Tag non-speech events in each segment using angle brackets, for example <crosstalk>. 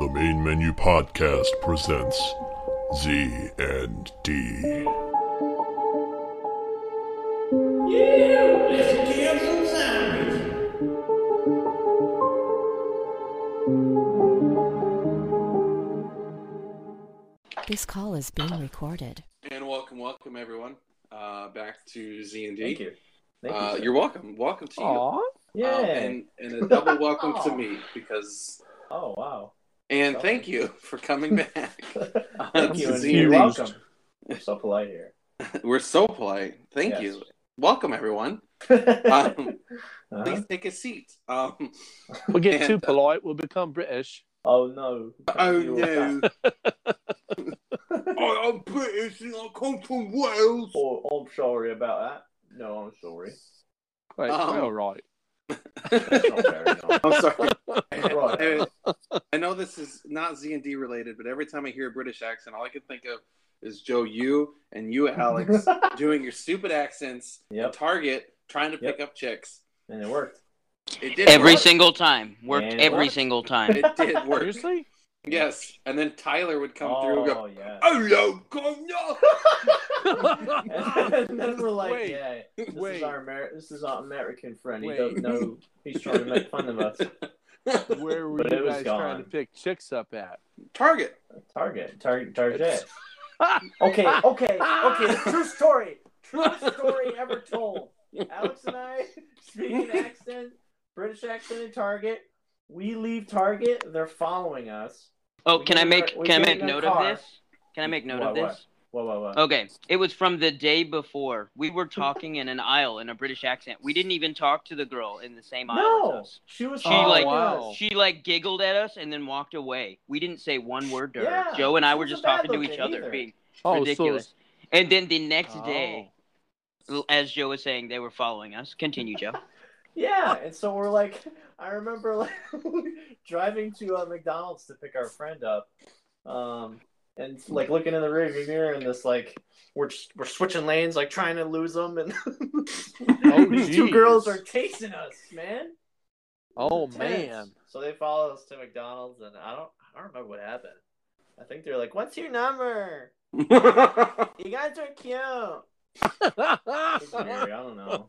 The Main Menu Podcast presents Z and D. Let's get some sandwich. This call is being recorded. And welcome, welcome everyone, uh, back to Z and D. Thank you. Thank uh, you. You're welcome. Welcome to Aw. you. Yeah. Um, and, and a <laughs> double welcome to Aw. me because oh <laughs> wow. and Welcome. thank you for <laughs> coming back. Thank you. And Confused. you're welcome. You're so polite here. We're so polite. Thank Yes. you. <laughs> Welcome everyone. Uh-huh. Um, Please take a seat. <laughs> Um, We'll get And, too uh, polite, we'll become British. Oh no. oh You were no. back. I, am British and I come from Wales. <laughs> <laughs> Oh, I'm sorry about that. No, I'm sorry. Wait, Um, we're all right. That's not very nice. <laughs> I'm sorry. <laughs> Right. I, I know this is not Z and D related, but every time I hear a British accent, all I can think of is Joe, you and you, Alex, doing your stupid accents Yep. Target trying to Yep. pick up chicks. And it worked. It did Every work. single time. Worked And every what? single time. It <laughs> did work. Seriously? <laughs> Yes, and then Tyler would come oh, through and go, yeah. "Hello, come no." <laughs> and then we're like, Wait. yeah, this is Wait. our Amer- this is our American friend. He Wait. don't know he's trying to make fun of us. Where were But it you was guys gone. trying to pick chicks up at? <laughs> Target. Target, Target, <laughs> Target. okay, okay, okay. True story. True story ever told. Alex and I, <laughs> speaking accent, British accent, and Target. We leave Target. They're following us. Oh, We can I get in make our- we can I get in make our note car. of this? Can I make note What, of what? this? Whoa, whoa, whoa. Okay. It was from the day before. We were talking in an aisle in a British accent. We didn't even talk to the girl in the same aisle No, Oh, as us. she was. She following like wow. us. she like giggled at us and then walked away. We didn't say one word to Yeah, her. Joe and I she were wasn't just bad talking to looking each other either. being Oh, ridiculous. so And then the next Oh. day as Joe was saying, they were following us. Continue, <laughs> Joe. Yeah, and so we're like, I remember like <laughs> driving to uh, McDonald's to pick our friend up, um, and like looking in the rearview mirror, and this like we're just, we're switching lanes, like trying to lose them, and Oh, <laughs> these two geez. girls are chasing us, man. oh Tense. <laughs> man. So they follow us to McDonald's, and I don't I don't remember what happened. I think they're like, "What's your number? You guys are cute." I don't <laughs> know.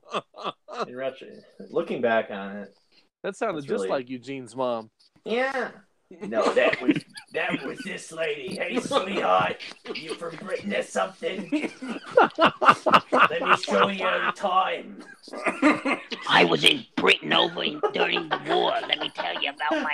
In retro- looking back on it, that sounded That's just really- like Eugene's <laughs> mom. yeah. No, that was that was this lady. Hey, sweetheart, you from Britain or something? Let me show you <laughs> in time. I was in Britain over in, during the war. Let me tell you about my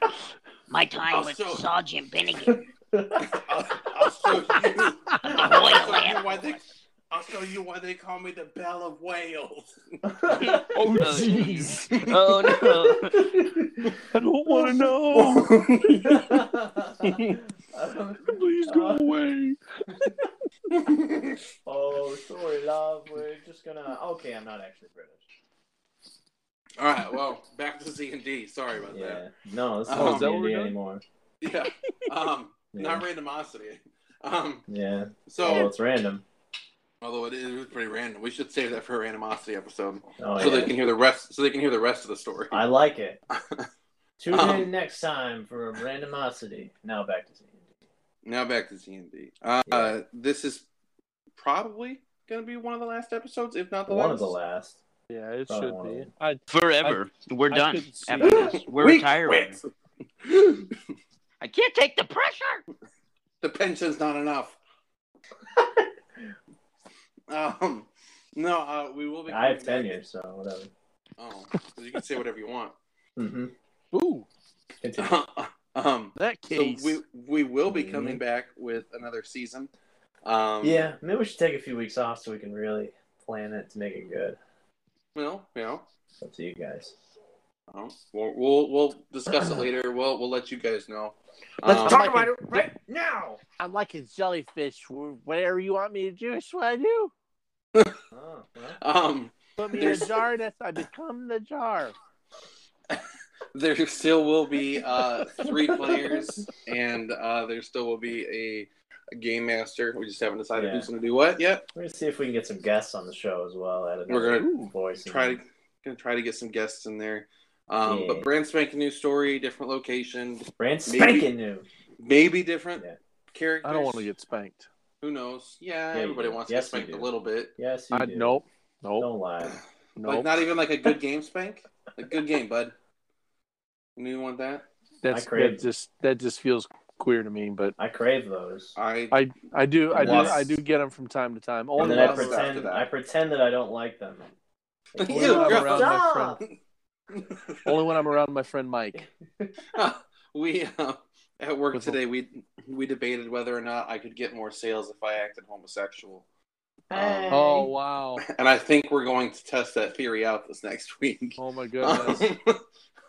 my time with Also- Sergeant Bennigan I'll, I'll show you. of the I'll Royal show Air you why they. Force. I'll show you why they call me the Belle of Wales. Oh jeez. oh no. I don't <laughs> want to know. Please go Uh, away. oh, sorry, love. We're just gonna. Okay, I'm not actually British. All right, well, back to Z and D. Sorry about Yeah. No, this Oh, isn't is that what we're D&D doing? anymore. that. Yeah. Um, Yeah. not randomosity. Um, Yeah. so Oh, it's random. Although it is it was pretty random, we should save that for a randomosity episode, Oh, so yeah. they can hear the rest. So they can hear the rest of the story. I <laughs> like it. Tune Um, in next time for randomosity. Now back to D&D. Now back to Z and D. Uh, Yeah. This is probably going to be one of the last episodes, if not the One last. of the last. Yeah, it Oh, should well. be. I, <laughs> Forever. We're I done. couldn't see After <laughs> it. this. We're We retiring. quit. I can't take the pressure. <laughs> the pension's not <laughs> enough. um, no, uh, we will be. I have coming back- tenure, so whatever. Oh, so you can say whatever you want. <laughs> Mm-hmm. Ooh, Continue. um, that so case. we we will be coming Mhm. back with another season. Um, yeah, maybe we should take a few weeks off so we can really plan it to make it good. Well, you know. It's up to you guys. Well, we'll we'll, we'll discuss it later. We'll we'll let you guys know. Let's Um, talk about it right now. I'm like a jellyfish. Whatever you want me to do, is what I do. Oh, well. Um, Put me in There's- a jar, and that's I become the jar. there still will be uh, three players, and uh, there still will be a, a game master. We just haven't decided Yeah. who's going to do what yet. We're gonna see if we can get some guests on the show as well. At another We're gonna voice. Try to gonna try to get some guests in there. Um, Yeah. But brand spanking new story, different location. brand maybe- spanking new. Maybe different Yeah. characters. I don't want to get spanked. Who knows? Yeah, you everybody do. wants Yes, to get you spanked do. Uh, a little bit. Yes, you I, do. nope. Nope. Don't lie. Nope. Like not even like a good game spank. Like good game, bud. You want that? That's I crave that it. just that just feels queer to me, but I crave those. I I I do I do Yes. I do get them from time to time. And Only then I lust after pretend that. <laughs> I pretend that I don't <laughs> like them. Ew, only when I'm gross. around my friend. Only when I'm around my friend Mike. <laughs> we uh, at work Whistle. today we we debated whether or not I could get more sales if I acted homosexual. Hey. Oh wow! And I think we're going to test that theory out this next <laughs> week. Oh <laughs> my goodness!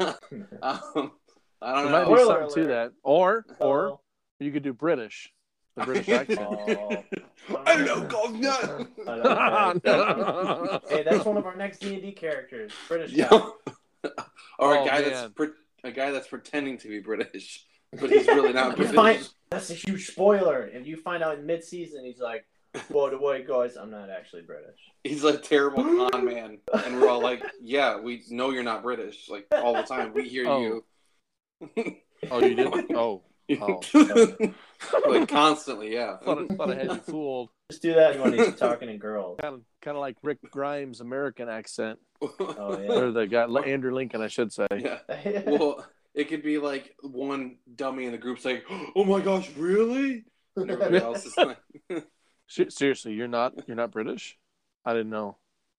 Um, <laughs> um, I don't There know. might be Spoiler something to that. Or or you could do British, <laughs> <laughs> the British accent. Oh. Hello, <laughs> governor. I don't know. <laughs> hey, hey, that's one of our next D and D characters, British. <laughs> Yeah. guy. or a Oh, guy that's man. pre- a guy that's pretending to be British, but he's really not You British. find- That's a huge spoiler. If you find out in mid-season, he's like, "Whoa, the way guys, I'm not actually British." He's a terrible con man, and we're all like, "Yeah, we know you're not British." Like all the time, we hear Oh. you. Oh, you did? Oh, <laughs> Oh. like constantly, <laughs> yeah. <laughs> thought I, thought I had you fooled. Just do that when he's talking to girls. Kind of, kind of like Rick Grimes' American accent, Oh or the guy Andrew Lincoln, I should say. yeah. Well, it could be like one dummy in the group's like, "Oh my gosh, really?" And <laughs> everybody else is like, <laughs> Se- Seriously, you're not you're not British? I didn't know.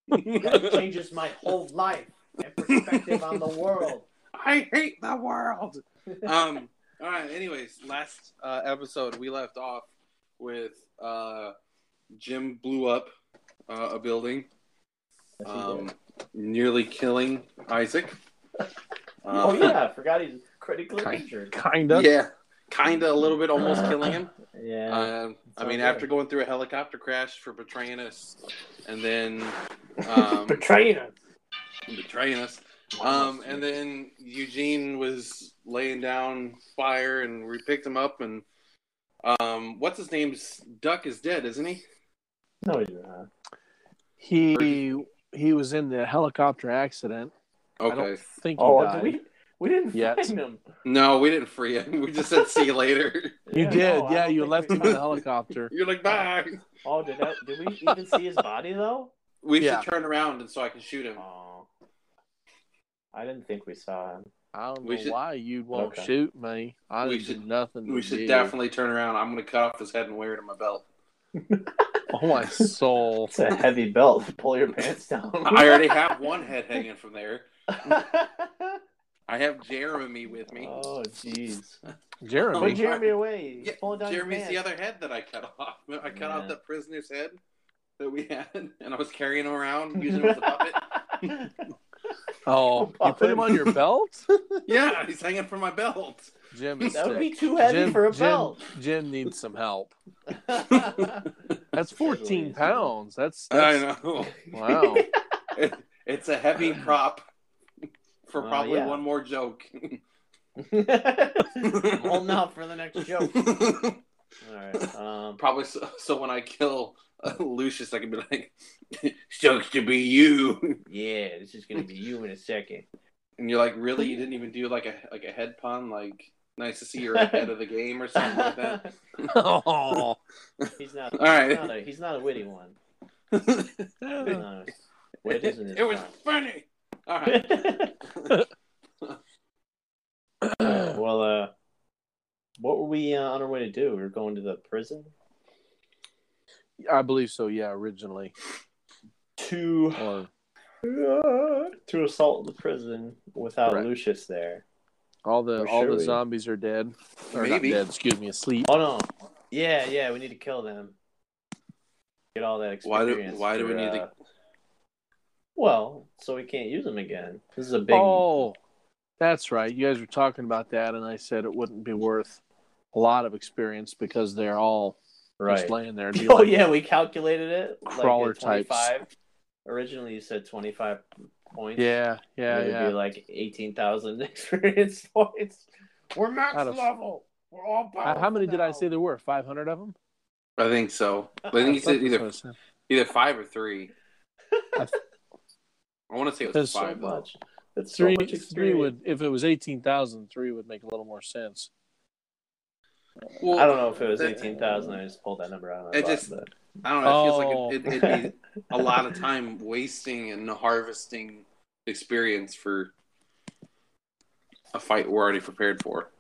that changes my whole life and perspective on the world. "I hate the world." Um. All right. Anyways, last uh, episode we left off with uh, Jim blew up uh, a building. Yes, he did. um, nearly killing <laughs> Isaac. oh Uh, yeah, I forgot he's critically Kind- injured. Kinda. yeah, kind of a little bit, almost killing him. Uh, Yeah. Um, I all mean, good. after going through a helicopter crash for betraying us, and then Uh, <laughs> um, Betraying us. betraying us, um, and then Eugene was laying down fire, and we picked him up, and um, what's his name's duck is dead, isn't he? No, he's not. He he was in the helicopter accident. I Okay, don't think he Oh, did died. we we didn't Yet. find him. no, we didn't free him. <laughs> We just said see you later. <laughs> You Yeah, no, did, I yeah. Oh, don't You think left we him in <laughs> did. the helicopter. You're like bye. Oh, did that? Did we even see his body <laughs> though? We Yeah. should turn around and so I can shoot him. Oh, I didn't think we saw him. I don't We know should- why you won't Okay. shoot me. I We didn't should- do nothing. to We should you. definitely turn around. I'm gonna cut off his head and wear it on my <laughs> belt. Oh my soul! It's a heavy belt. <laughs> Pull your pants down. I already have one <laughs> head hanging from there. I have Jeremy with me. oh, jeez. Oh, Put Jeremy, yeah. Jeremy away. He's Yeah, pulling down your Jeremy's the pants. other head that I cut off. <laughs> I cut off Yeah. that prisoner's head that we had, <laughs> and I was carrying him around using him as a <laughs> puppet. oh, you put him on your <laughs> belt, yeah, he's hanging from my belt. Jim. Is that would be sick. too heavy Jim, for a <laughs> Jim- belt. Jim needs some help. I That's 14 pounds. That's, I that's know. <laughs> wow. It, it's a heavy prop for Well, probably Oh, yeah. one more joke. Holding out for the next <laughs> joke. All right. Um, Probably so, so when I kill uh, Lucius, I can be like, <laughs> sucks to be you. yeah, this is gonna be you in a second. And you're like, really? You didn't even do like a like a head pun, like nice to see <laughs> you're ahead of the game or <laughs> something like that. <laughs> Oh. he's not. All right. He's not a, he's not a witty one. He's not a- Wit isn't his it was strong funny. All <laughs> right. Alright, Oh. <laughs> well, uh, what were we uh, on our way to do? We were going to the prison I believe so, yeah, originally. to uh, Or, to assault the prison without Correct. Lucius there. all the Or all should the we? zombies are dead. Or Maybe. not dead, excuse me, asleep. Oh no! Yeah, yeah, we need to kill them. Get all that Why do- experience. why do we for, need to- uh, Well, so we can't use them again. This is a big. Oh, that's right. You guys were talking about that, and I said it wouldn't be worth a lot of experience because they're all <laughs> right. just <laughs> laying there. And be Oh like, yeah, we calculated it. like, at Crawler types. 25. Originally, you said twenty-five points. Yeah, yeah, it would yeah. be like eighteen thousand <laughs> experience points. We're max Out of- level. We're all Uh, How many did I say there were? 500 of them? I think so. I think you said either either five or <laughs> three. I want to say it was There's so five. so though. much? That's so Three, much three experience. <laughs> would, if it was 18,000, three would make a little more sense. Well, I don't know if it was that- eighteen thousand. I just pulled that number out. Of my It butt, just- but- I don't know. It Oh. feels like it, it, it'd be Oh. a lot of time wasting and harvesting experience for a fight we're already prepared for.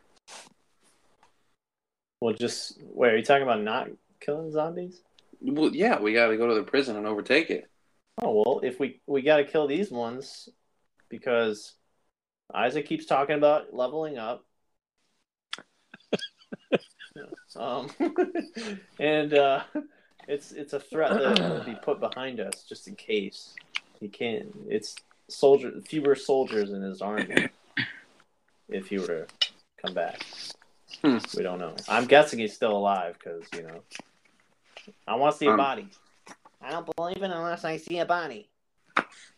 well, just wait. Are you talking about not killing zombies? Well, yeah, we got to go to the prison and overtake it. Oh well, if we we got to kill these ones because Isaac keeps talking about <laughs> leveling up. um, <laughs> and uh, it's it's a threat that will <clears throat> be put behind us just in case he can't. It's soldier fewer soldiers in <clears throat> his army if he were to come back. Hmm. We don't know. I'm guessing he's still alive because you know. I want to see a Um, body. I don't believe it unless I see a body.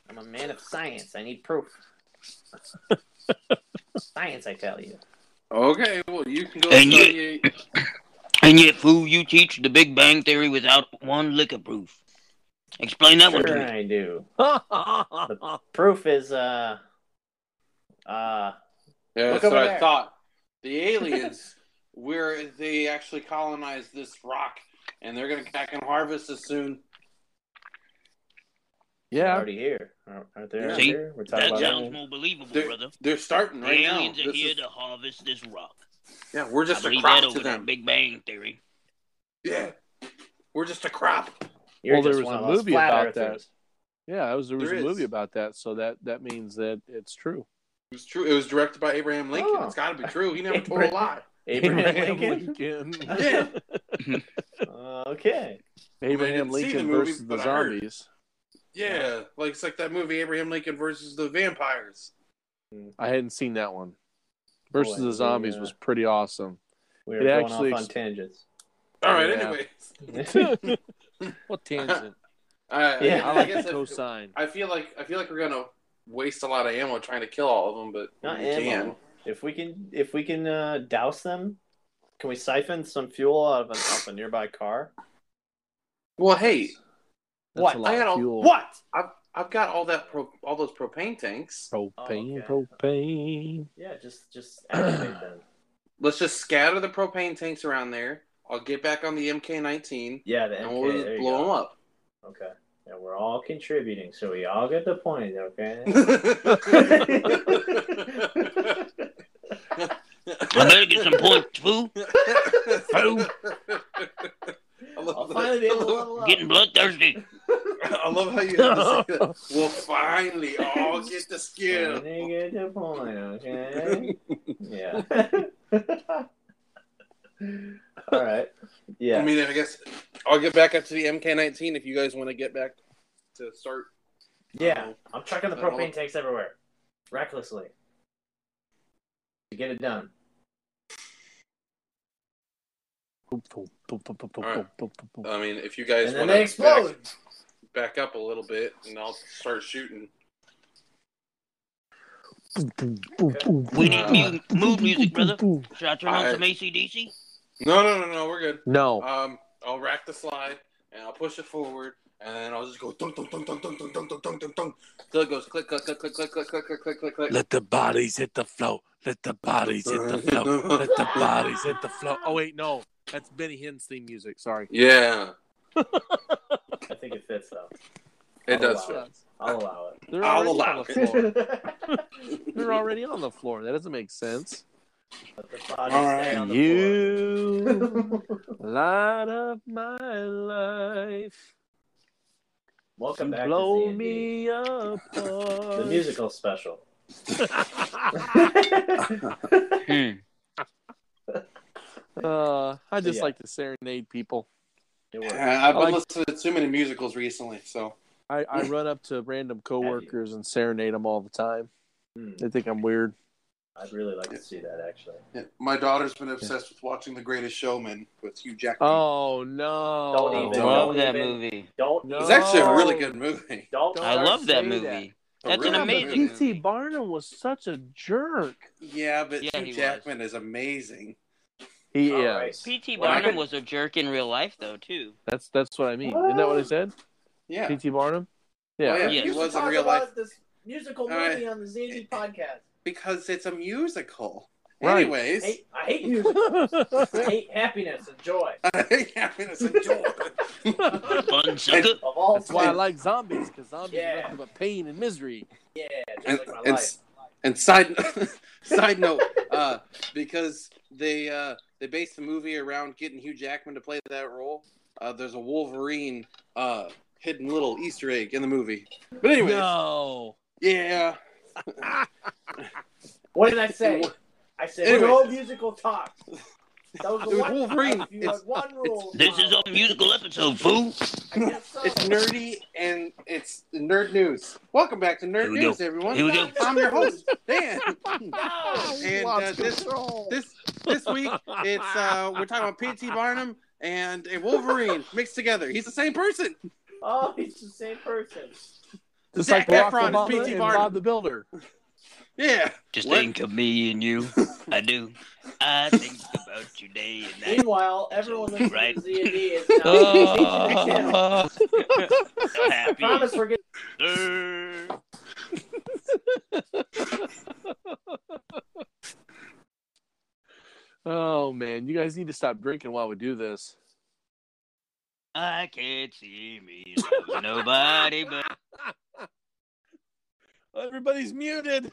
I'm a man of science. I need <laughs> proof. science, I tell you. Okay, well, you can go. And you- study- And yet, fool, you teach the Big Bang Theory without one lick of proof. Explain that one to Sure, me. I do. Proof is uh, uh, Yeah, Look that's what over I there. thought. The aliens, <laughs> where they actually colonized this rock, and they're going to back and harvest us soon. yeah. already here. Aren't aren't they already See, here? We're talking That about sounds aliens. more believable, They're, brother. they're starting The right now. aliens are This here is- to harvest this rock. yeah, we're I just a believe that crop to over that them. Big Bang Theory. Yeah, we're just a crop. You're Well, there just was one a of those movie flat about earthers. Yeah, there was, there was There a is. movie about that, so that, that means that it's true. It was true. It was directed by Abraham Lincoln. Oh. It's got to be true. <laughs> He never told a Abraham- lie. <laughs> Abraham, <laughs> Lincoln. <laughs> Lincoln. Yeah. Uh, okay. Abraham I mean, I didn't see Lincoln the movie, versus the but I heard. zombies. Yeah, like it's like that movie Abraham Lincoln versus the vampires. I hadn't seen that one. Versus Boy, the zombies yeah. was pretty awesome. <laughs> We It were going actually off on ex- <laughs> tangents. <laughs> Oh, All right. Yeah. Anyways, what tangent? uh, Yeah. I I, <laughs> like guess the I, cosine. I feel like I feel like we're gonna waste a lot of ammo trying to kill all of them, but Not we ammo. can. If we can, if we can uh, douse them, can we siphon some fuel out of, an, off a nearby car? Well, hey, That's What? a lot I of got all- fuel. What? I've I've got all that pro, all those propane tanks. Propane, Oh, propane. Yeah, just <clears throat> just activate them. Let's just scatter the propane tanks around there. I'll get back on the MK19 Yeah, the and we'll MK. There just you blow them go. up. Okay. Yeah, we're all contributing, so we all get the point. <laughs> Okay. <laughs> I better get some points, fool. I love I'll that. finally be able to level up. Getting bloodthirsty. <laughs> I love how you have to say that. We'll finally all get the skill. Finally get the point. Okay. yeah. <laughs> all right. Yeah. I mean, I guess I'll get back up to the MK19 if you guys want to get back to start. Yeah, I'm chucking the I don't propane know. tanks everywhere, recklessly, to get it done. Boop, boop, boop, boop, boop, boop, All right. <laughs> boop, boop, boop. Um, I mean, if you guys And then want they to explode. back, back up a little bit, and I'll start shooting. Boop, boom, boom, Okay. boom, We boom, need Uh, mu- mood music, brother. boom, boom. Should I turn on I- some ACDC? No, no, no, no, we're good. No. Um, I'll rack the slide and I'll push it forward and then I'll just go dunk dunk dunk dunk dunk dunk dunk dunk dunk dunk dunk. Till it goes click click click click click click click click click click click. Let the bodies hit the flow. Let the bodies hit the flow. Let the bodies hit the flow. Oh wait, no, that's Benny Hinn's theme music. Sorry. <laughs> Yeah, I think it fits though. it does. Oh, wow. I'll allow They're I'll already allow on the it. floor. it. Let They're already on the floor. That doesn't <laughs> make sense. the body All stay right. on the You floor. light up my life. Welcome You back blow to me. me up. The musical special. Hmm. <laughs> Uh, I just Yeah. like to serenade people. It works. Yeah, I've I been like- listening to too many musicals recently, so I, I run up <laughs> to random coworkers and serenade them all the time. Hmm, They think I'm weird. I'd really like to see that actually. yeah. my daughter's been obsessed with watching The Greatest Showman with Hugh Jackman. Oh no! Don't even. Love that even- movie. Don't. No. it's actually a really good movie. Don't. Don't I love say that that. movie. A oh. That's an really good amazing movie. P.T. Barnum was such a jerk. Yeah, but Yeah, he Hugh was. Jackman is amazing. He All is. right. P.T. Well, I Barnum could- was a jerk in real life, though, <laughs> too. That's that's what I mean. Isn't that what I said? Yeah. P.T. Barnum. Oh, Yeah. yeah, Yeah. he You was in real life this musical All right. movie on the ZZ podcast. because it's a musical. Right. Anyways, <laughs> hate, I hate music. I hate happiness and joy. I hate happiness and joy. Fun sucker. Of all <laughs> That's why <laughs> I things. like zombies, because zombies Yeah. are nothing but pain and misery. Yeah, just and, like my and, life. s- and side <laughs> side note, uh, because they uh, they based the movie around getting Hugh Jackman to play that role. Uh, there's a Wolverine uh, hidden little Easter egg in the movie. But anyways, Oh, No. yeah, What did I say? I said Anyway. no musical talk. That was It the was one. Wolverine. If you had It's- one rule. This is a musical episode, fool. I guess so. it's nerdy and it's nerd news. Welcome back to Nerd Here we go. News, everyone. Here we go. I'm your host, <laughs> Dan. No! And uh, this this this week it's uh, we're talking about P.T. Barnum and a Wolverine mixed together. He's the same person. Oh, he's the same person. Just Zac like Barack Efron is Obama P.T. and Barnum. Bob the Builder. Yeah. Just What? think of me and you. I do. I think about you day and <laughs> night. Meanwhile, everyone listening Right. to Z and D <laughs> is now. <laughs> I Oh, happy. promise we're getting. birthday. Oh man, you guys need to stop drinking while we do this. I can't see me. loving Nobody but <laughs> Everybody's muted.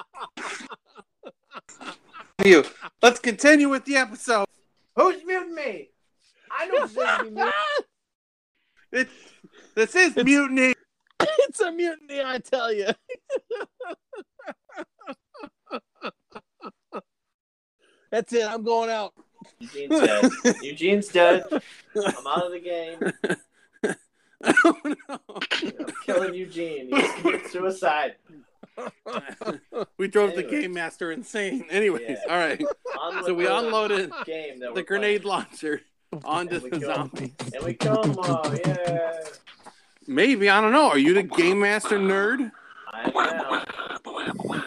<laughs> you. Let's continue with the episode. Who's muting me? I don't deserve to be muted. It, this is mutiny. <laughs> <laughs> it's a mutiny, I tell you. <laughs> That's it. I'm going out. Eugene's dead. <laughs> Eugene's dead. I'm out of the game. oh, <laughs> no. I'm killing Eugene. He's committed suicide We drove the Anyways. game master insane. Anyways, Yeah. all right. on So we the unloaded game that the we're grenade <laughs> launcher onto And we the go. zombie. playing. and we kill them all. Yeah, Maybe I don't know. Are you the game master nerd? I know.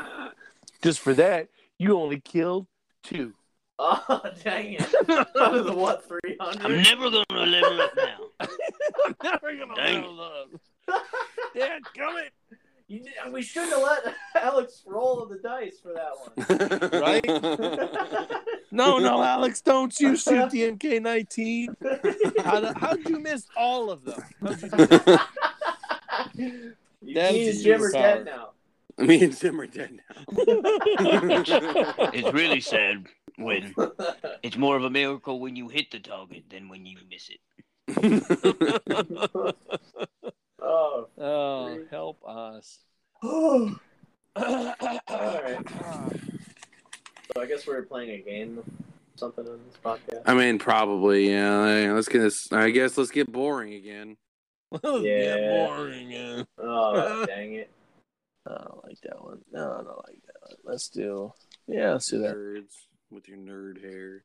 Just for that, you only killed <laughs> two. <laughs> Oh dang it! Out of the what three I'm hundred? never gonna level up now. I'm never gonna Dang. level <laughs> up. Dad, come it. We shouldn't have let <laughs> Alex roll the dice for that one. Right. <laughs> No, <laughs> no, Alex, don't you shoot the MK19. How, how'd you miss all of <laughs> them? How'd you do that? Eugene That is and Jim are superpower. dead now. <laughs> Me and Jim are dead now. It's really sad when <laughs> it's more of a miracle when you hit the target than when you miss it. Oh, Oh, help <laughs> us. all All right. So I guess we were playing a game, something on this podcast. <laughs> I mean, probably. Yeah. Let's get this. I guess let's get boring again. yeah, Yeah. boring. yeah. Oh dang it! I don't like that one. No, I don't like that one. Let's do. Yeah, let's do that. Nerds with your nerd hair.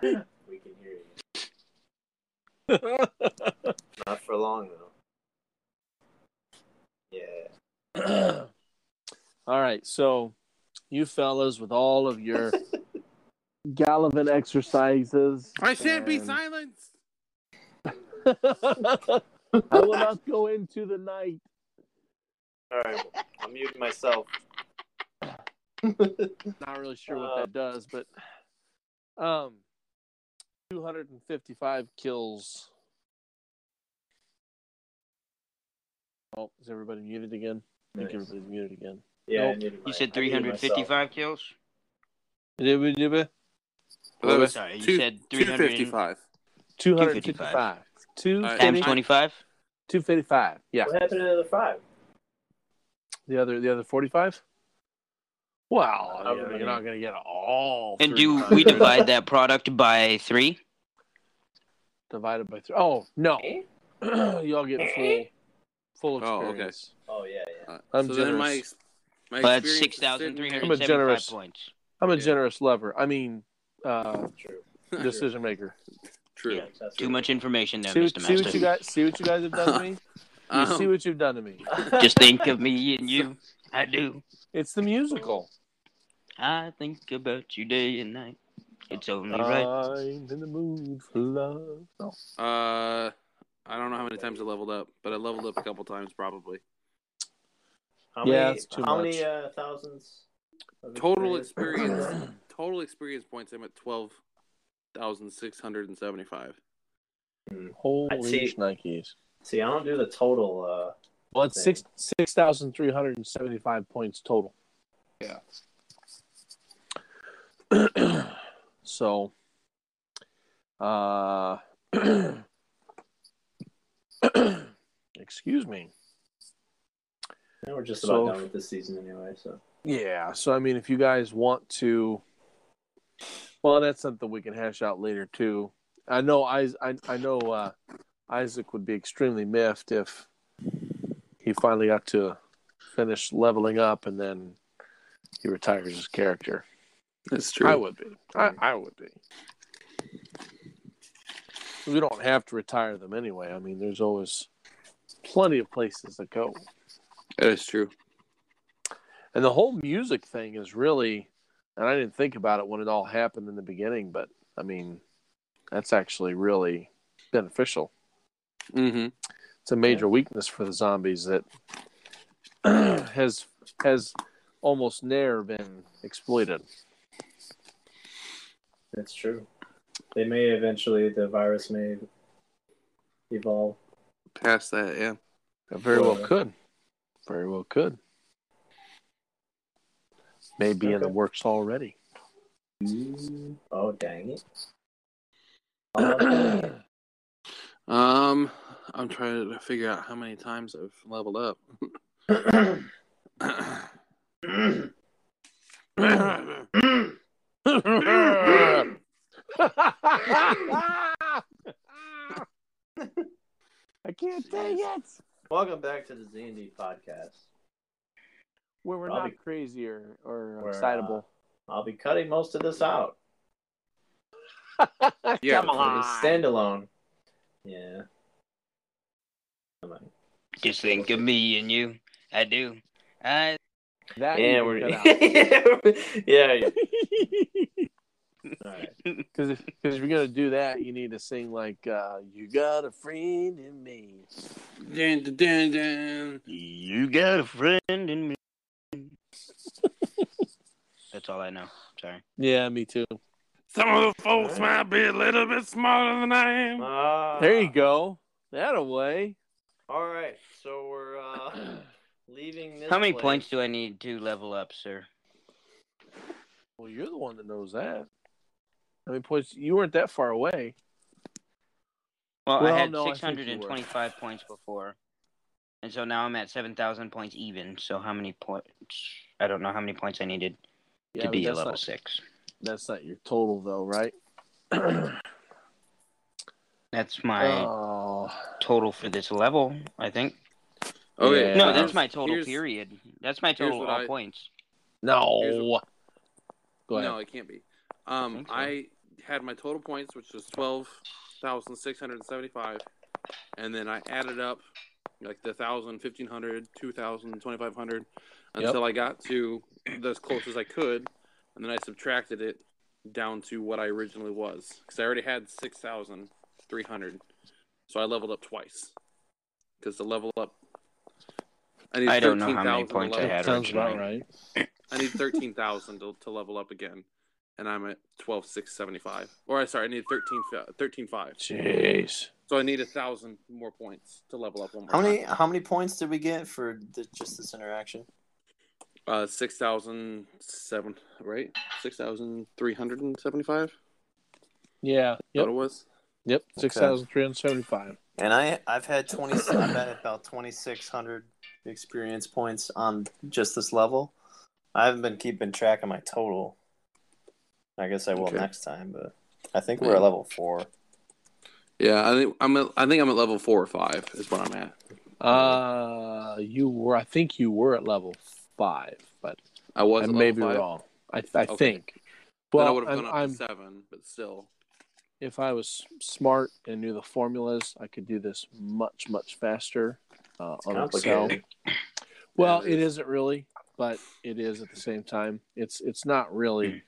we can hear you. <laughs> Not for long though. Yeah. <clears throat> all right, so you fellas with all of your <laughs> gallivant exercises. I shan't be and- silenced. I will not go into the night. All right. I'm muting myself. Not really sure what that does, but um, 255 kills. Oh, is everybody muted again? I think Nice. everybody's muted again. Yeah. Nope. I muted my- You said I muted myself. 355 kills? Did we- did we- That was Sorry, you two- said 300 255. 255. 255. All times right. 25? 255. Yeah. What happened to the five? The other Uh, the other 45? Wow, Oh, you're really? not going to get all. And do 300. <laughs> <laughs> we divide <laughs> that product by three? divided by 3? Oh, no. Eh? <clears throat> you all get Eh? full full Oh, okay. experience. Oh yeah, yeah. Uh, I'm so then my, generous. my Well, that's experience is sitting there- I'm a 6,375 generous- points. I'm a Yeah. generous lover. I mean, uh, True. decision <laughs> maker. True. Yeah. That's Too true. much information there, see, what, Mr. see what Master. you guys see what you guys have done to me. You Um, see what you've done to me. Just think of me and you. I do. It's the musical. I think about you day and night. It's only Uh, right. I'm in the mood for love. uh, I don't know how many times I leveled up, but I leveled up a couple times probably. How Yeah, many, it's too how much. many uh, thousands? of Total experience. <clears throat> total experience points. I'm at twelve thousand six hundred and seventy-five. Holy see. shnikes. <clears throat> See, I don't do the total. Uh, Well, it's Thing. six six thousand three hundred and seventy five points total. Yeah. <clears throat> so, uh, <clears throat> excuse me. yeah, we're just So- about done with this season anyway. So Yeah. So, I mean, if you guys want to, well, that's something we can hash out later too. I know, I, I, I know uh, Isaac would be extremely miffed if he finally got to finish leveling up and then he retires his character. That's I would be. I, I would be. We don't have to retire them anyway. I mean, there's always plenty of places to go. That is true. And the whole music thing is really, and I didn't think about it when it all happened in the beginning, but I mean, that's actually really beneficial. Mm-hmm. It's a major weakness for the zombies that <clears throat> has has almost never been exploited. it's true. They may eventually the virus may evolve. Past that, yeah. It very well Well- could. Uh, Very well could. Maybe in the Okay. works already. Oh dang it! <clears throat> Oh, Um, I'm trying to figure out how many times I've leveled up. I can't take it. Welcome back to the Z and D podcast. Where we're Probably- not crazy or, or We're, uh, excitable. I'll be cutting most of this out. yeah, Come standalone. Yeah. Come on. Just think of me and you. I do. I <laughs> That Yeah, <laughs> you we're can cut out. yeah. yeah. <laughs> All right. Because if, 'cause if you're gonna do that, you need to sing like uh, "You got a friend in me." Dun, dun, dun, dun. You got a friend in me. That's all I know. Sorry. Yeah, me too. Some of the folks might be a little bit smarter than I am. Ah, There you go. That away. All right. So we're uh, <clears throat> leaving this. How many place. points do I need to level up, sir? Well, you're the one that knows that. I mean, points. You weren't that far away. Well, Well, I had no, I think you were. 625 points before. And so now I'm at 7,000 points even. So how many points? I don't know how many points I needed Yeah, to but be a that's level not- 6. That's not your total, though, right? That's my Oh, total for this level, I think. Uh, Okay, Yeah. No, that's my total Oh, Here's- period. That's my here's total what all I- points. Here's no. Go ahead. No, it can't be. Um, think so. I had my total points, which was twelve thousand six hundred and seventy-five, and then I added up like the thousand, fifteen hundred, two thousand, twenty-five hundred, Yep. until I got to the- as close as I could, and then I subtracted it down to what I originally was because I already had six thousand three hundred, so I leveled up twice because the level up. need I don't know how many 13,000 to points I level had. up. Sounds about originally. right. I need thirteen thousand to, to level up again, and I'm at twelve six seventy five. Or I sorry, I need 13, 13 5. Jeez. So I need a thousand more points to level up one more. How many Time. how many points did we get for the, just this interaction? Uh, six thousand seven, right? Six thousand three hundred and seventy five. Yeah. What it Yep. was. Yep. Six thousand three hundred seventy-five. And I I've had twenty I've had about twenty six hundred experience points on just this level. I haven't been keeping track of my total. I guess I will Okay. next time, but I think we're at level four. Yeah, I think I'm. At, I think I'm at level four or five is what I'm at. Uh, you were. I think you were at level five, but I was. I at may level be five. wrong. I, I Okay. think. then I Well, would have I'm, gone up I'm- to seven, but still. if I was smart and knew the formulas, I could do this much much faster uh, on Excel. complicated. Well, Yeah, it it is. isn't really, but it is at the same time. It's it's not really.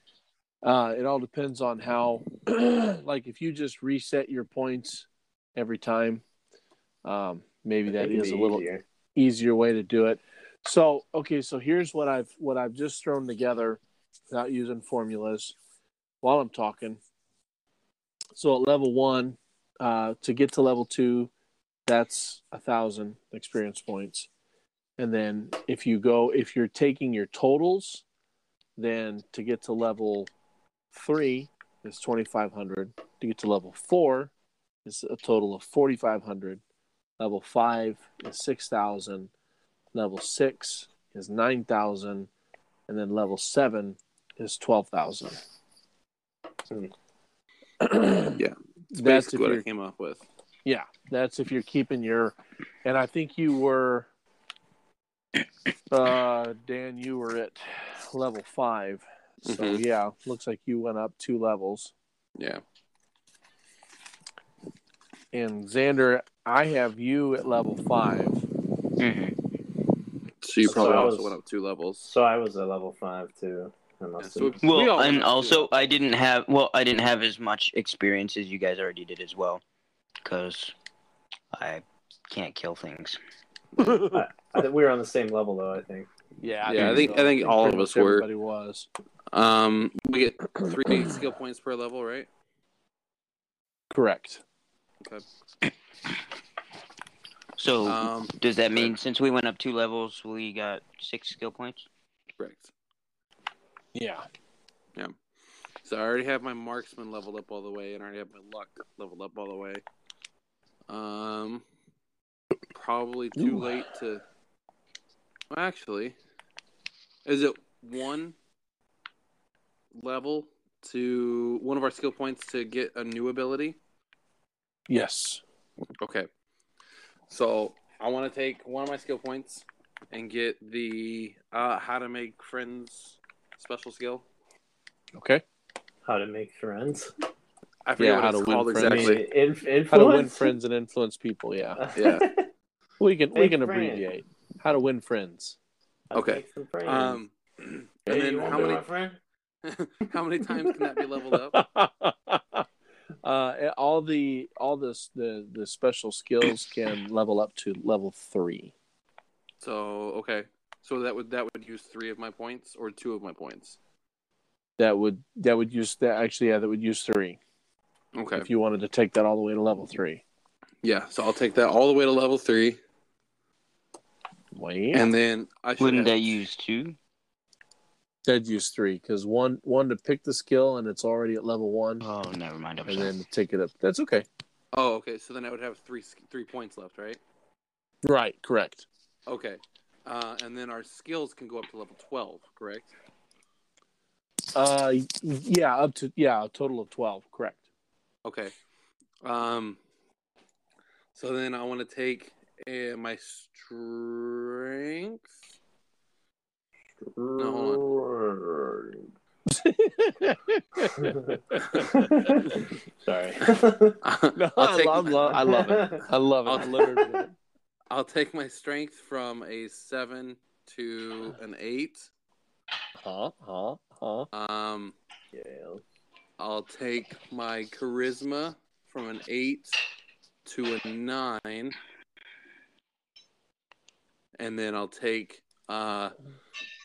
Uh, it all depends on how, <clears throat> like, if you just reset your points every time, um, maybe that It can is a be little easier. easier way to do it. So okay, so here's what I've what I've just thrown together, without using formulas, while I'm talking. So at level one, uh, to get to level two, that's a thousand experience points, and then if you go if you're taking your totals, then to get to level three is twenty five hundred. To get to level four, is a total of forty five hundred. Level five is six thousand level six is nine thousand, and then level seven is twelve thousand. Hmm. <clears throat> Yeah, that's if what I you're, came up with. yeah, that's if you're keeping your, and I think you were, uh, Dan, you were at level five, so Mhm. yeah, looks like you went up two levels. Yeah, And Xander, I have you at level five. Mm-hmm. so you So probably I also was- went up two levels. So I was at level five too. I must Yeah, so have. we- we all Well, went and up two also levels. I didn't have well I didn't have as much experience as you guys already did as well, because I can't kill things. <laughs> I think we were on the same level though. I think. Yeah, Yeah, I think- I think all of pretty us much were. Everybody was. um, we get three skill points per level, right? Correct. Okay. So Um, does that mean since we went up two levels, we got six skill points? correct. Yeah. So I already have my marksman leveled up all the way, and I already have my luck leveled up all the way. Um, probably too Ooh. late to. Well, actually, is it one level to one of our skill points to get a new ability? Yes. Okay. So I want to take one of my skill points and get the uh, how to make friends special skill. Okay. How to make friends? I forget Yeah, what how it's to win called friends. I mean, exactly. in, influence. How to win friends and influence people. Yeah, <laughs> Yeah. we can we Make can friends. abbreviate. How to win friends? How to Okay. make some friends. Um, <clears throat> and Hey, then you wanna how be many my friend? <laughs> how many times can that be leveled <laughs> up? up? <laughs> uh, all the all this the the special skills can level up to level three. So okay, so that would that would use three of my points or two of my points. That would that would use that actually yeah that would use three Okay, if you wanted to take that all the way to level three. yeah. So I'll take that all the way to level three, Well, and then I should Wouldn't have- that use two? that'd use three because one one to pick the skill and it's already at level one, Oh, never mind. I'm and sorry. then to take it up. That's okay. Oh, okay. So then I would have three sk- three points left, right? Right. Correct. Okay, uh, and then our skills can go up to level twelve, correct? Uh, yeah, up to yeah, a total of twelve. Correct. Okay. Um. So then I want to take uh, my strength. <laughs> Sorry. <laughs> No, <laughs> I'll I take- love, love, I love it. I love it. I I'll- literally love it. I'll take my strength from a seven to an eight. Huh? Huh? Huh? Um, Yeah. I'll take my charisma from an eight to a nine, and then I'll take uh,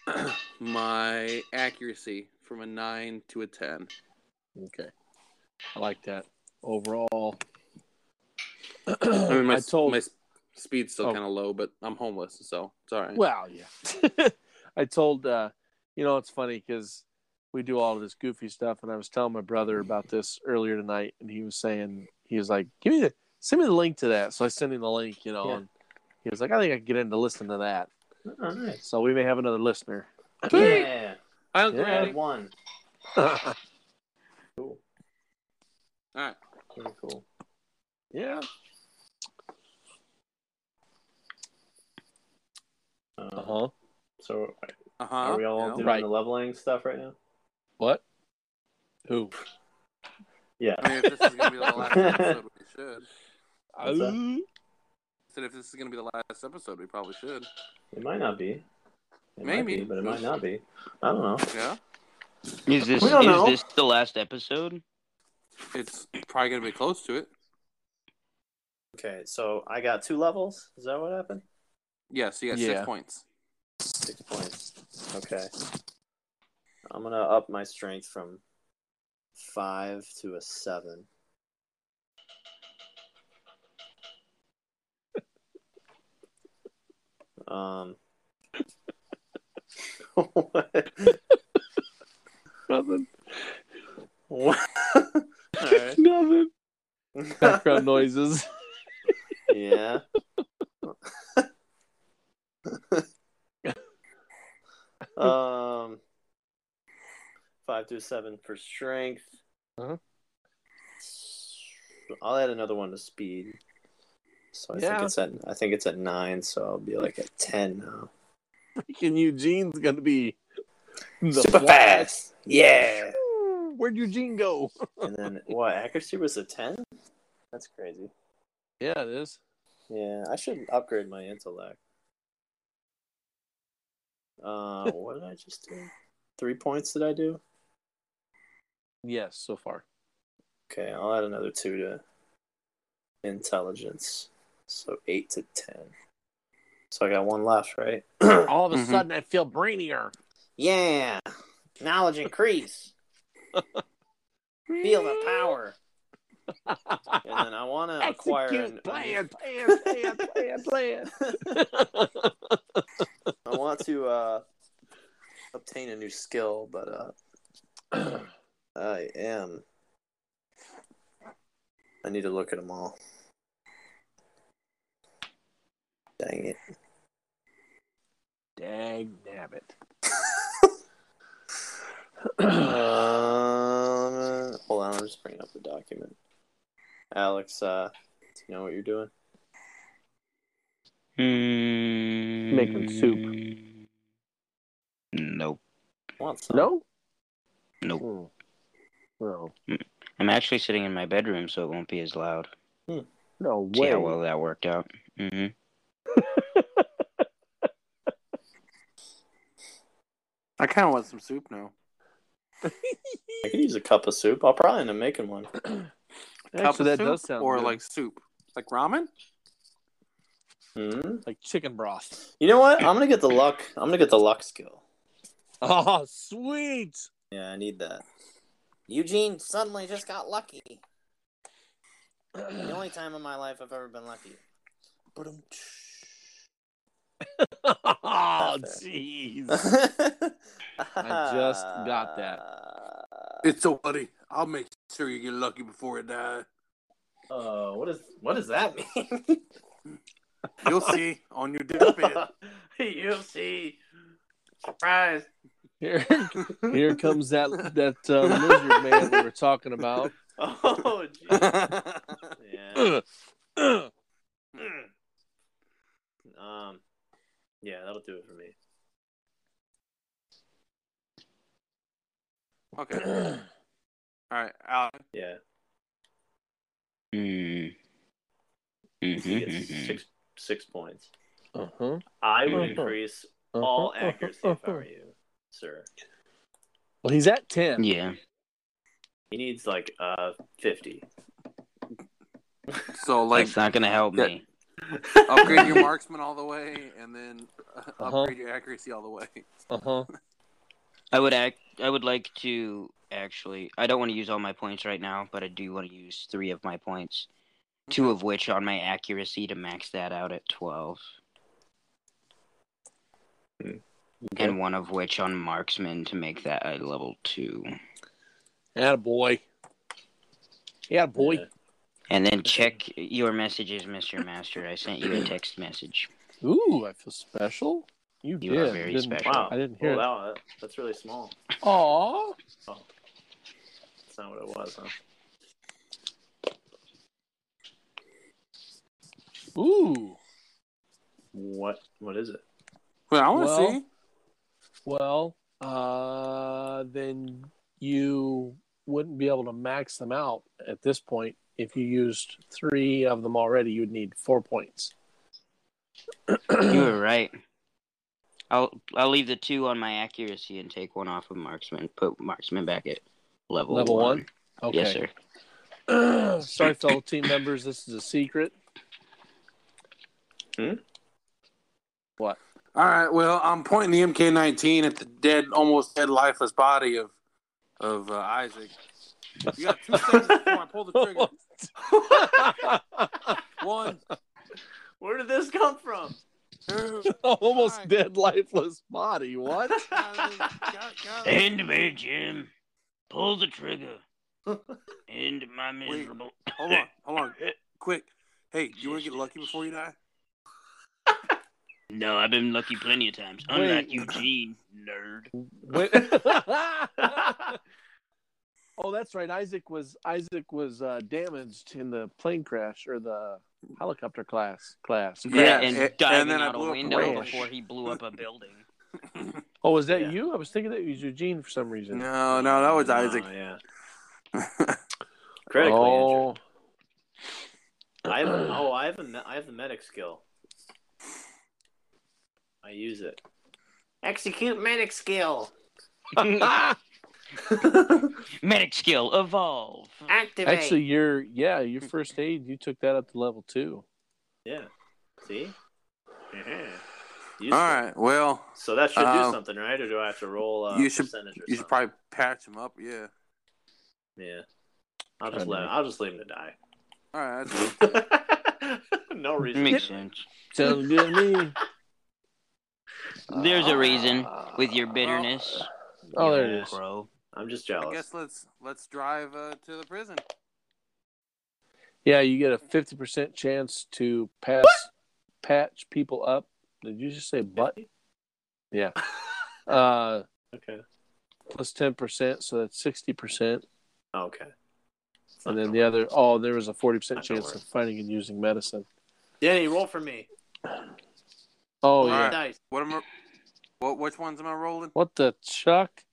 <clears throat> my accuracy from a nine to a ten. Okay. I like that overall. I <clears throat> mean, my <clears throat> I told. my s- speed's still Oh. kind of low, but I'm homeless, so it's all right. Well, yeah. <laughs> I told. uh You know, it's funny because we do all of this goofy stuff, and I was telling my brother about this earlier tonight, and he was saying he was like, "Give me the send me the link to that." So I sent him the link, you know, Yeah. and he was like, "I think I can get in to listen to that." All right. So we may have another listener. Oh, Yeah. I'm Yeah. glad. Add one. Cool. All right. Very cool. <laughs> yeah. Um, Uh huh. So Uh huh. are we all doing Right. the leveling stuff right now? What? Who? Yeah. <laughs> I mean, if this is gonna be the <laughs> last episode, we should. What's Uh, that? I said if this is gonna be the last episode, we probably should. It might not be. It might Maybe. be, but it might not be. I don't know. Yeah, Is this We don't know. is this the last episode? it's probably gonna be close to it. Okay, so I got two levels. Is that what happened? Yeah, so you got Yeah. six points. Six points. Okay. I'm gonna up my strength from five to a seven. Um. what? Nothing. what? Alright. Nothing. Background noises. <laughs> yeah. Hmm. um, five through seven for strength. Uh-huh. I'll add another one to speed. So I think Yeah. it's at I think it's at nine. So I'll be like at ten now. Freaking Eugene's gonna be the Super Flash. fast. Yeah. Where'd Eugene go? <laughs> and then what? Accuracy was a ten. That's crazy. Yeah, it is. Yeah, I should upgrade my intellect. Uh, <laughs> what did I just do? Three points did I do? Yes, so far. Okay, I'll add another two to intelligence. So eight to ten. So I got one left, right? <clears throat> All of a Mhm. sudden, I feel brainier. yeah. Knowledge increase. Feel the <laughs> power. And then I want to acquire. an- Execute plan, plan, plan, plan, plan. <laughs> <laughs> I want to uh, obtain a new skill, but uh, <clears throat> I am. I need to look at them all. Dang it. Dang nabbit. um, hold on, I'm just bringing up the document. Alex, uh, do you know what you're doing? Making soup. Nope. Want some? No? Nope. Hmm. No. I'm actually sitting in my bedroom, so it won't be as loud. No See way. how well that worked out. hmm I kind of want some soup now. I could use a cup of soup. I'll probably end up making one. Cup of Actually, that soup does sound or good. like soup, like ramen. Hmm? like chicken broth. <laughs> You know what? I'm gonna get the luck. I'm gonna get the luck skill. Oh, sweet. Yeah, I need that. Eugene suddenly just got lucky. The only time in my life I've ever been lucky. But oh, <laughs> jeez. <laughs> I just got It's so funny. I'll make sure you get lucky before it dies. Oh, Uh, what is what does that mean? <laughs> You'll see on your <coughs> deathbed. <laughs> You'll see. <laughs> Surprise. Here, here comes that that uh, lizard man we were talking <clears throat> about. Oh, jeez. <laughs> yeah. Uh, uh. Um. Yeah, that'll do it for me. okay. Uh-huh, All right. Al, Yeah. Mm. He gets Mm-hmm. six six points. Uh-huh. I would Mhm. increase Uh-huh, all uh-huh, accuracy if I uh-huh. were you, sir. Well, he's at 10. <clears throat> Yeah. He needs like uh fifty. so like That's not gonna help Yeah. me. upgrade <laughs> your marksman all the way, and then uh, Uh-huh. upgrade your accuracy all the way. Uh-huh. I would act. I would like to actually. I don't want to use all my points right now, but I do want to use three of my points, two of which on my accuracy to max that out at twelve, and one of which on marksman to make that at level two. Attaboy. Yeah, boy. Yeah. And then check your messages, Mr. Master. I sent you a text message. Ooh, I feel special. You, You did. are very didn't- special. Wow. I didn't Well, hear it. wow, that- that's really small. Aw. That's not what it was, huh? Ooh. What what is it? Well, I want to Well- see. Well, uh, then you wouldn't be able to max them out at this point. If you used three of them already, you'd need four points. You were right. I'll I'll leave the two on my accuracy and take one off of marksman. Put marksman back at level Level one? Okay. Oh, Yes, <clears throat> sir. Sorry, fellow team members, this is a secret. Hmm? What? All right. Well, I'm pointing the MK19 at the dead, almost dead, lifeless body of of uh, Isaac. You got two seconds before I pull the <laughs> trigger. One, Where did this come from? two. <laughs> Almost Alright. dead, lifeless body. What? End me, Jim. Pull the trigger. End my miserable. Hold on, hold on, quick. Hey, you want to get lucky before you die? No, I've been lucky plenty of times. Wait. Unlike Eugene, nerd. When- <laughs> oh, that's right. Isaac was Isaac was uh, damaged in the plane crash or the helicopter class class. Yeah, and and- diving and then I out blew up a a window ranch. before he blew up a building. Oh, was that Yeah. you? I was thinking that was Eugene for some reason. No, no, that was Isaac. Oh, yeah. Critically Oh, injured. I have a, oh, I have a, me- I have the medic skill. I use it. Execute medic skill. Medic skill, evolve. Activate. actually, your yeah, your first aid. You took that up to level two. yeah. See. Mm-hmm. Yeah. All Useful. right. Well, So that should Uh, do something, right? Or do I have to roll a you should- percentage or you something? should probably patch him up. Yeah. Yeah. I'll just Kinda. let I'll just leave him to die. <laughs> All right. That's <laughs> no reason. Makes sense. <laughs> Sounds good to me. There's a reason with your bitterness. Oh, you there old it is. Crow. Uh, I'm just I jealous. guess let's let's drive uh, to the prison. Yeah, you get a fifty percent chance to pass patch people up. Did you just say butt? Yeah. Uh, Okay. plus ten percent, so that's sixty percent. Okay. It's not And then gonna the other, oh, there was a forty percent Not gonna chance work. of finding and using medicine. work. Danny, roll for me. Roll Oh yeah. the Alright. <laughs> dice. What am I? What which ones am I rolling? What the chuck?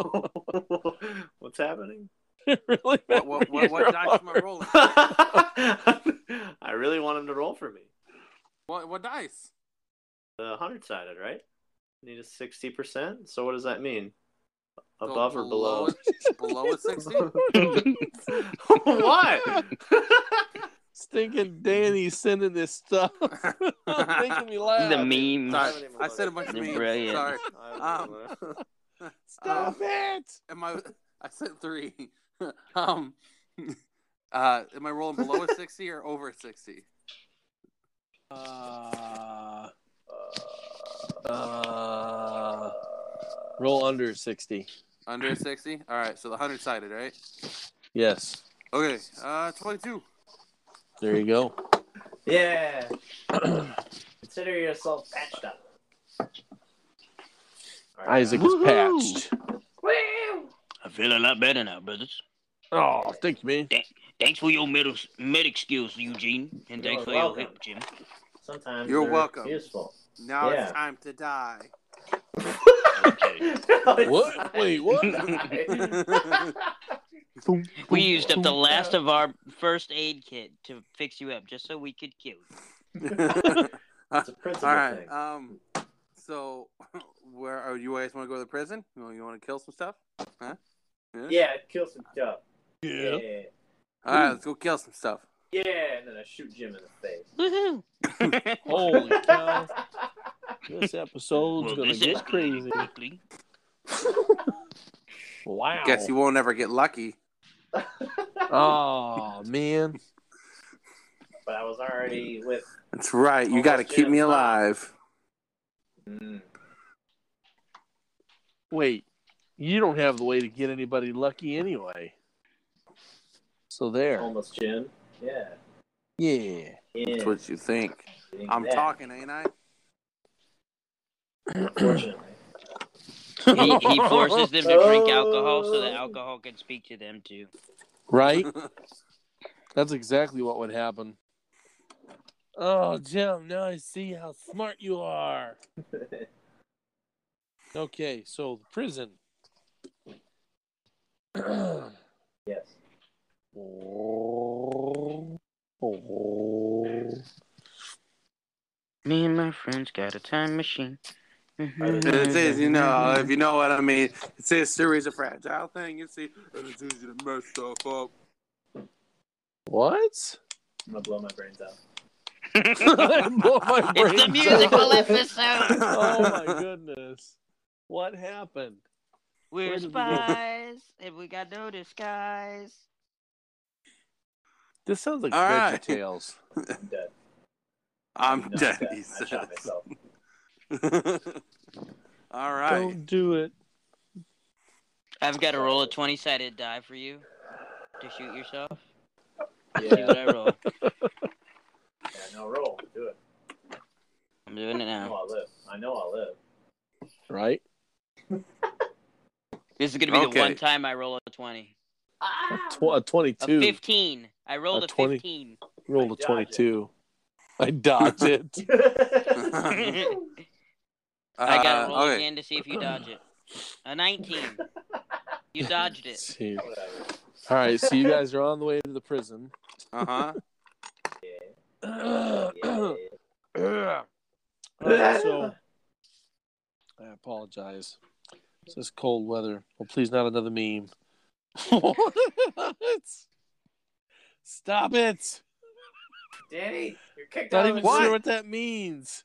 <laughs> What's happening? <laughs> really? What what what, what dice am I rolling? <laughs> I really want him to roll for me. What what dice? The hundred sided, right? Need a sixty percent. So what does that mean? So Above or below? it- Below a <laughs> sixty. <laughs> what? Stinking Danny sending this stuff, <laughs> making me laugh. The memes. Sorry, I said a bunch <laughs> of You're memes. brilliant. Sorry. Um, Stop it. Am I? <laughs> I said three. <laughs> um, <laughs> uh, am I rolling below a sixty or over a sixty? Uh, uh, roll under 60. Under a sixty. All right. So the hundred sided, right? Yes. Okay. Uh, twenty-two. There you go. <clears throat> Yeah. Consider yourself patched up. All right. Isaac is patched. I feel a lot better now, brothers. Oh, thank you, man. Thanks for your middle, medic skills, Eugene, and thanks You're for welcome. your help, Jim. Sometimes You're they're welcome. Useful. Now Yeah. it's time to die. <laughs> <laughs> Okay. What? Wait, what? we used up the last of our first aid kit to fix you up, just so we <laughs> could kill you. It's a principle All right. thing. Um. So, <laughs> where are you guys? Want to go to the prison? You want, you want to kill some stuff? Huh? yeah, kill some stuff. Yeah. All right. Let's go kill some stuff. Yeah, and then I shoot Jim in the face. Woohoo! <laughs> Holy cow. This episode's Well, going to this is get crazy. quickly. Wow. Guess you won't ever get lucky. Oh, man. but I was already with. That's right. You got to Almost keep did. me alive. Mm. Wait, you don't have the way to get anybody lucky anyway. So there. Almost Jim. Yeah. Yeah. Yeah. That's what you think. I'm Yeah, talking, ain't I? Unfortunately. He, he forces them to drink alcohol so that alcohol can speak to them too. <laughs> Right? That's exactly what would happen. Oh, Jim, now I see how smart <laughs> you are. Okay, so the prison. yes. <laughs> Me and my friends got a time machine. Mm-hmm. It says, you know, if you know what I mean, it says series of fragile thing. You see, and it's easy to <laughs> mess stuff up. What? I'm gonna blow my brains out. <laughs> Blow my <laughs> brains it's out. <laughs> the <laughs> musical episode. Oh my goodness! What happened? Where We're did we go? spies, and we got no disguise. This sounds like All right. VeggieTales. I'm dead. I'm No, dead, I'm he I shot says. myself. <laughs> All right. Don't do it. I've got to roll a twenty-sided die for you to shoot yourself. See Yeah, what I <laughs> roll. yeah, no, roll. Do it. I'm doing it I know now. I'll live. I know I'll live. <laughs> Right? This is gonna be Okay. the one time I roll a twenty. Tw- a A twenty-two. fifteen. I rolled A a, 20. fifteen. Roll I a dodge it. twenty-two. I dodged it. <laughs> <laughs> I <laughs> got Uh, to roll okay. again to see if you dodge it. A nineteen. You dodged it. See. Whatever. All right, so you guys are on the way to the prison. Uh huh. Yeah. All right, so I apologize. It's this cold weather. Well, please, not another meme. <laughs> What? Stop it! Danny, you're kicked Not out even of the sure group. what that means.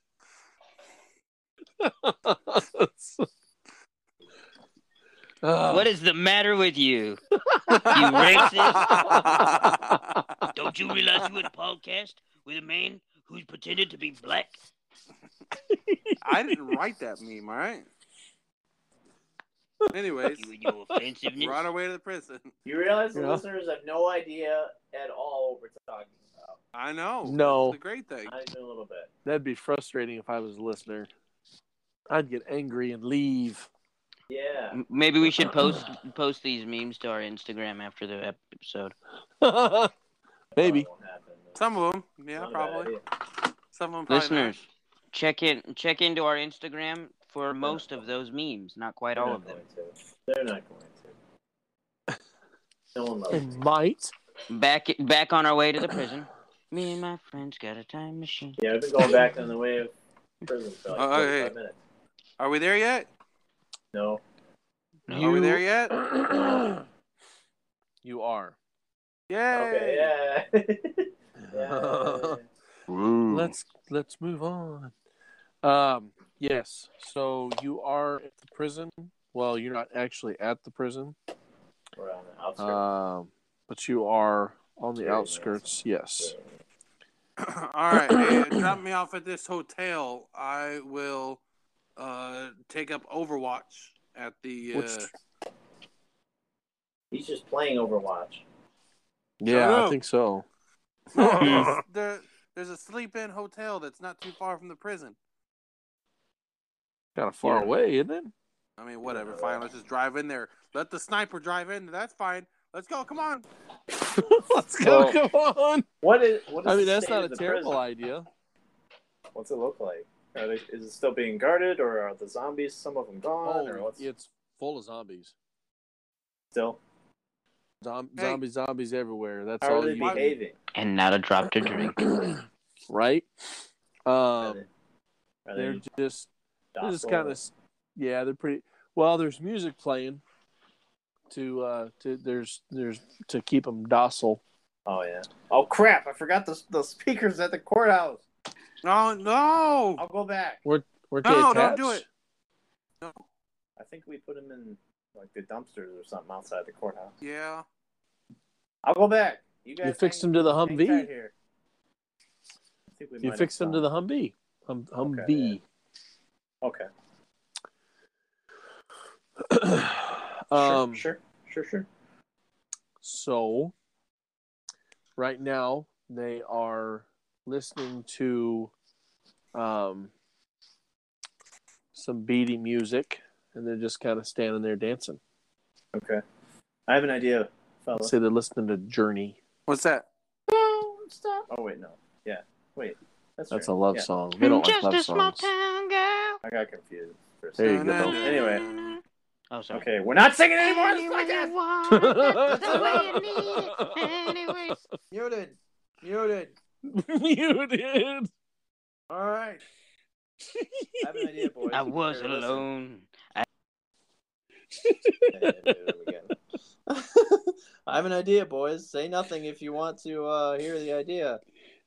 Ah. <laughs> What is the matter with you? You racist! Don't you realize you would podcast with a man who's pretended to be black? I didn't write that meme, all right? Anyways, You and your offensiveness. we're on our way to the prison. You realize the Yeah. listeners have no idea at all what we're talking about. I know. No. That's the great thing. Not even a little bit. That'd be frustrating if I was a listener. I'd get angry and leave. Yeah. M- Maybe we should post post these memes to our Instagram after the episode. <laughs> Maybe. Probably won't happen. Some of them, yeah, Not a bad probably. idea. Some of them, Listeners, check in check into our Instagram for most of those memes, not quite They're all not of them. going to. They're not going to. No one loves It them. might. Back back on our way to the prison. Me and my friends got a time machine. Yeah, I've been going back on the way of prison for like Uh, 45 hey. minutes. Are we there yet? No. Are we there yet? you are. Yeah. Okay, yeah. <laughs> yeah. <laughs> let's let's move on. Um, yes. So you are at the prison. Well, you're not actually at the prison, We're on the outskirts. Uh, um, but you are on the Very nice. outskirts. Yes. <clears throat> All right, hey, drop me off at this hotel. I will uh, take up Overwatch at the. Uh, <laughs> Which- He's just playing Overwatch. Yeah, I Hello. think so. no, there, there's a sleep-in hotel that's not too far from the prison. Kind of far Yeah. away, isn't it? I mean, whatever. Fine, let's just drive in there. Let the sniper drive in. That's fine. Let's go. Come on. <laughs> let's go. Well, come on. What is? What is I mean, the that's state not of the a terrible prison? idea. What's it look like? Are they, is it still being guarded, or are the zombies? Some of them gone, or Oh, what's it's full of zombies. still? Zom- Hey. Zombies, zombies everywhere. That's How all are they you need. behaving? And not a drop to drink. right? Are Um, they- are they they're just they're just docile? kind of yeah, they're pretty. Well, there's music playing to uh to there's there's to keep them docile. Oh yeah. Oh crap! I forgot the the speakers at the courthouse. No, Oh, no. I'll go back. Were they No, don't attached? do it. I think we put them in like the dumpsters or something outside the courthouse. Yeah. I'll go back. You guys You fixed hang- them to the hang tight Humvee. here. I think we might You have fixed them to found- the Humvee. Hum, Humvee. Okay. Sure, um, sure. Sure. Sure. So, right now they are listening to um, some beady music, and they're just kind of standing there dancing. Okay. I have an idea, fella. Let's say they're listening to Journey. What's that? Oh wait, no. Yeah. Wait. That's, That's a right. love Yeah, song. They don't like love songs. I got confused. for a There you second. go. Anyway. Oh, sorry. Okay, we're not singing anymore. This podcast. <laughs> Muted. Muted. Muted. All right. I have an idea, boys. I was Here, listen. alone. Yeah, yeah, there we go. I have an idea, boys. Say nothing if you want to uh, hear the idea.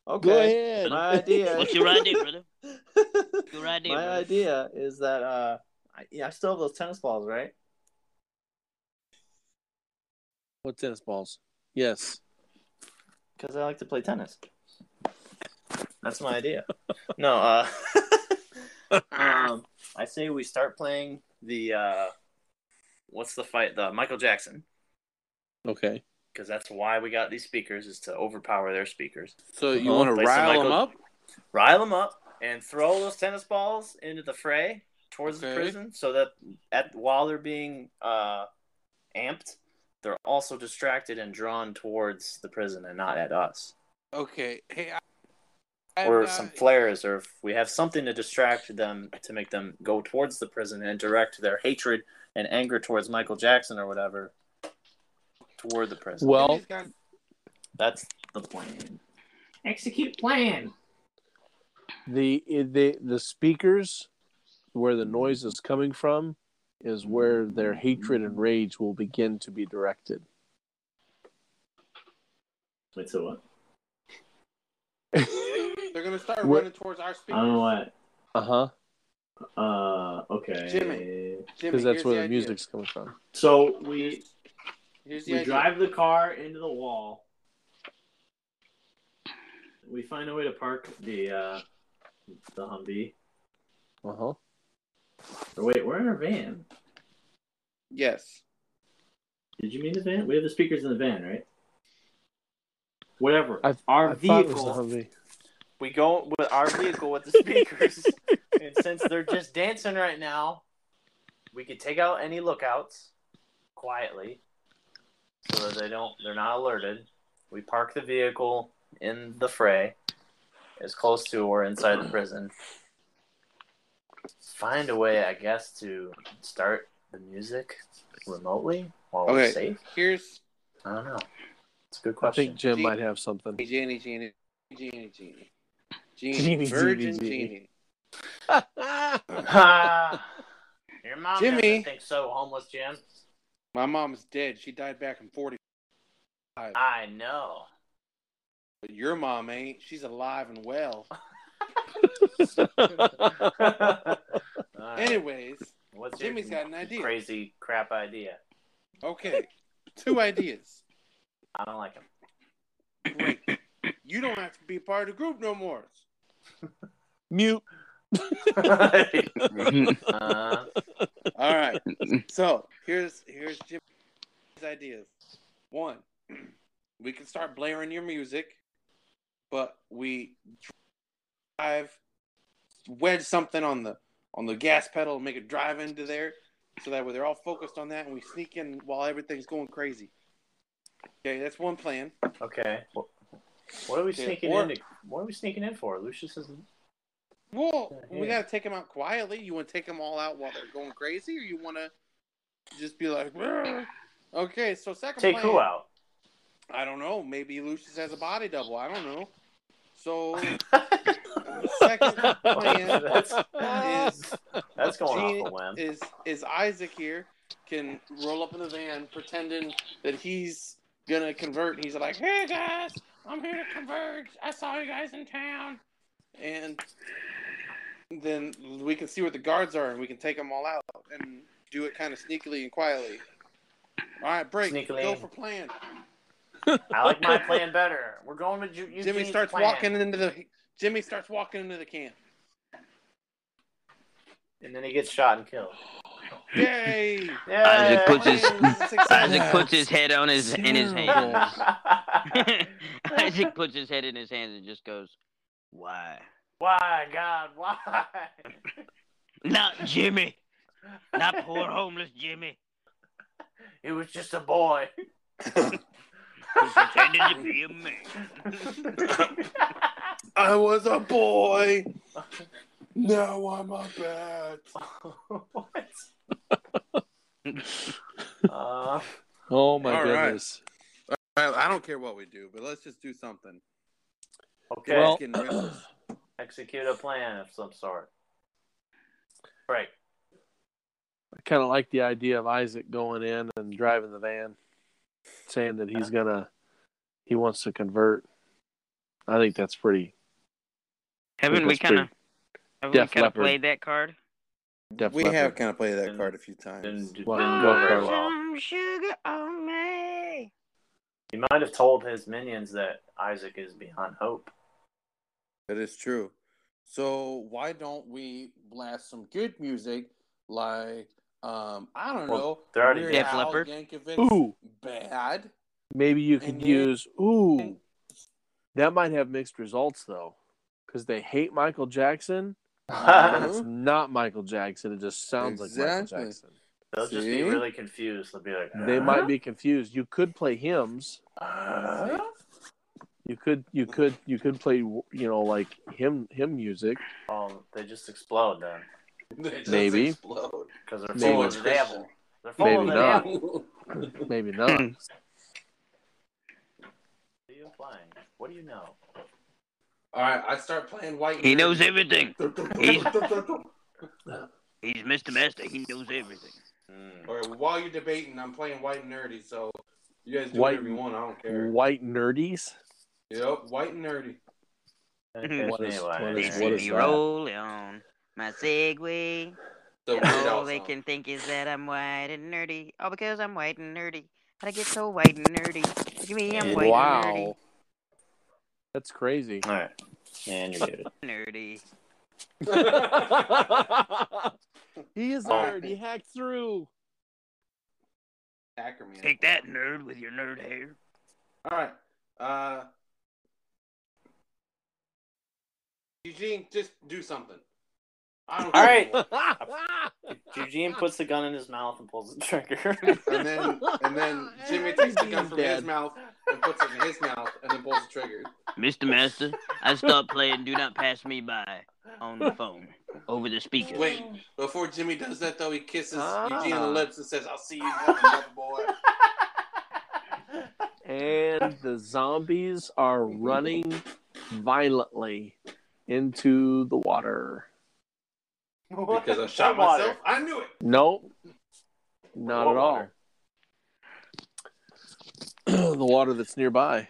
Okay. Go ahead. My <laughs> idea. What's <laughs> your idea, brother? Your idea, My brother. idea is that uh, I, yeah, I still have those tennis balls, right? What tennis balls? Yes. Because I like to play tennis. That's my idea. no, uh, um, I say we start playing the uh, what's the fight? The Michael Jackson, Okay. because that's why we got these speakers is to overpower their speakers, So you Uh-huh. want to Play some rile Michael- him up? rile them up, and throw those tennis balls into the fray towards the Okay. prison, so that at while they're being uh, amped, they're also distracted and drawn towards the prison and not at us. Okay. Hey, I, uh, or I'm some not- flares, or if we have something to distract them to make them go towards the prison and direct their hatred and anger towards Michael Jackson or whatever toward the prison. Well, He's got- that's the plan. the the the speakers where the noise is coming from is where their hatred and rage will begin to be directed. Wait, so what? They're gonna start What- running towards our speakers. what. Uh huh. Uh, okay. <laughs> Jimmy. Jimmy, Because that's here's where the the idea. music's coming from. So we Here's the we idea. drive the car into the wall. We find a way to park the uh, the Humvee. Uh huh. Or wait, we're in our van. Yes. Did you mean the van? We have the speakers in the van, right? Whatever. I- our I thought it was the vehicle. Humvee. We go with our vehicle with the <laughs> speakers, and since they're just dancing right now, We could take out any lookouts quietly, so that they don't. They're not alerted. We park the vehicle in the fray, as close to or inside the prison. Find a way, I guess, to start the music remotely while Okay. we're safe. Here's I don't know. It's a good I question. <laughs> think Jim Gee. might have something. <laughs> Genie, Genie, Genie, Genie, Genie, Genie, Virgin Genie, Genie. Genie. Ah, Your mom Jimmy. doesn't think so, homeless Jim. My mom's dead. She died back in '45. I know. But your mom ain't. She's alive and well. All right. Anyways, Uh, What's your Jimmy's got an idea. crazy crap idea? Okay, two ideas. I don't like him. Great. You don't have to be part of the group no more. Mute. <laughs> Uh, All right. So here's here's Jimmy's ideas. One, we can start blaring your music, but we drive wedge something on the on the gas pedal and make it drive into there, so that way they're all focused on that, and we sneak in while everything's going crazy. Okay, that's one plan. okay. What are we Okay, sneaking or- in? What are we sneaking in for? Lucius is Well, we Yeah. gotta take them out quietly. You want to take them all out while they're going crazy, or you want to just be like, "Brr." okay? So second, take plan, who out? I don't know. Maybe Lucius has a body double. I don't know. So second plan <laughs> that's, is that's going Gene off a whim. is is Isaac here can roll up in the van pretending that he's gonna convert. and He's like, "Hey guys, I'm here to converge. I saw you guys in town," and then we can see where the guards are and we can take them all out and do it kind of sneakily and quietly. All right, break. Sneakily. Go for plan. I like <laughs> my my plan better. We're going to Ju- Jimmy Eugene's starts plan. walking into the. Jimmy starts walking into the camp. And then he gets shot and killed. Yay! Yeah. Isaac puts his- Isaac Isaac <laughs> <laughs> puts his head on <laughs> his in his hand. Isaac puts his head in his hands and just goes, "Why Why, God, why? not Jimmy? Not poor homeless Jimmy. It was just a <laughs> boy. <laughs> Who's pretending to be a man." <laughs> I was a boy. Now I'm a bat. what? uh, <laughs> Oh my All right. goodness. I, I don't care what we do, but let's just do something. okay. Well- Getting <clears throat> rid <clears throat> of this. Execute a plan of some sort. Right. I kind of like the idea of Isaac going in and driving the van, saying that he's gonna, he wants to convert. I think that's pretty Haven't we that's kind of? Haven't we Def kind of Leppard. played that card? Def We Leppard. have kind of played that card a few times. Didn't, didn't Well, go very well. well. Some sugar on me. He might have told his minions that Isaac is beyond hope. That is true. So why don't we blast some good music like um I don't Well, know they're already- Weird Def Al Leppard? Yankovic's Ooh, <laughs> bad. maybe you can And then- use. Ooh, that might have mixed results though, because they hate Michael Jackson. and Uh-huh. It's not Michael Jackson. It just sounds like Exactly. Michael Jackson. They'll just be See? really confused. They'll be like, "Oh, They "Huh? might be confused. You could play hymns. Uh, Uh-huh. You could, you could, you could play, you know, like hymn hymn music. oh, they just explode then They just <laughs> Maybe. explode. because they're Maybe. full of the devil. They're full Maybe of the not. devil. Maybe not. What are you implying? What do you know? All right, I start playing white. He Nerdy. <laughs> knows everything. He's- All He's Mr. Master. He knows everything. Hmm. right, while you're debating, I'm playing white and nerdy, so you guys do White- whatever you want. I don't care. White nerdies. Yep, white and nerdy. Okay, What is- anyway. what They is- what see is me that? rolling on my Segway. The And Weird all Al Oh, they song. can think is that I'm white and nerdy. All because I'm white and nerdy. How'd I get so white and nerdy? Look at me, I'm white Wow, that's crazy. All right. And you're muted. and nerdy. Nerdy. <laughs> he is nerd. He hacked through. Hacker man. Take that, nerd, with your nerd hair. All right. Uh, Eugene, just do something. I don't All care right. <laughs> anymore. Eugene puts the gun in his mouth and pulls the trigger. And then, and then <laughs> Jimmy takes the gun from his Dead. mouth and puts it in his mouth and then pulls the trigger. Mr. Master, I stopped playing Do Not Pass Me By on the phone over the speaker. Wait, before Jimmy does that though, he kisses Ah. Eugene on the lips and says, "I'll see you, in heaven, love boy." and the zombies are running violently into the water. <laughs> <laughs> Because I shot Water. myself. I knew it. Nope, not What at all. water? <clears throat> the water that's nearby.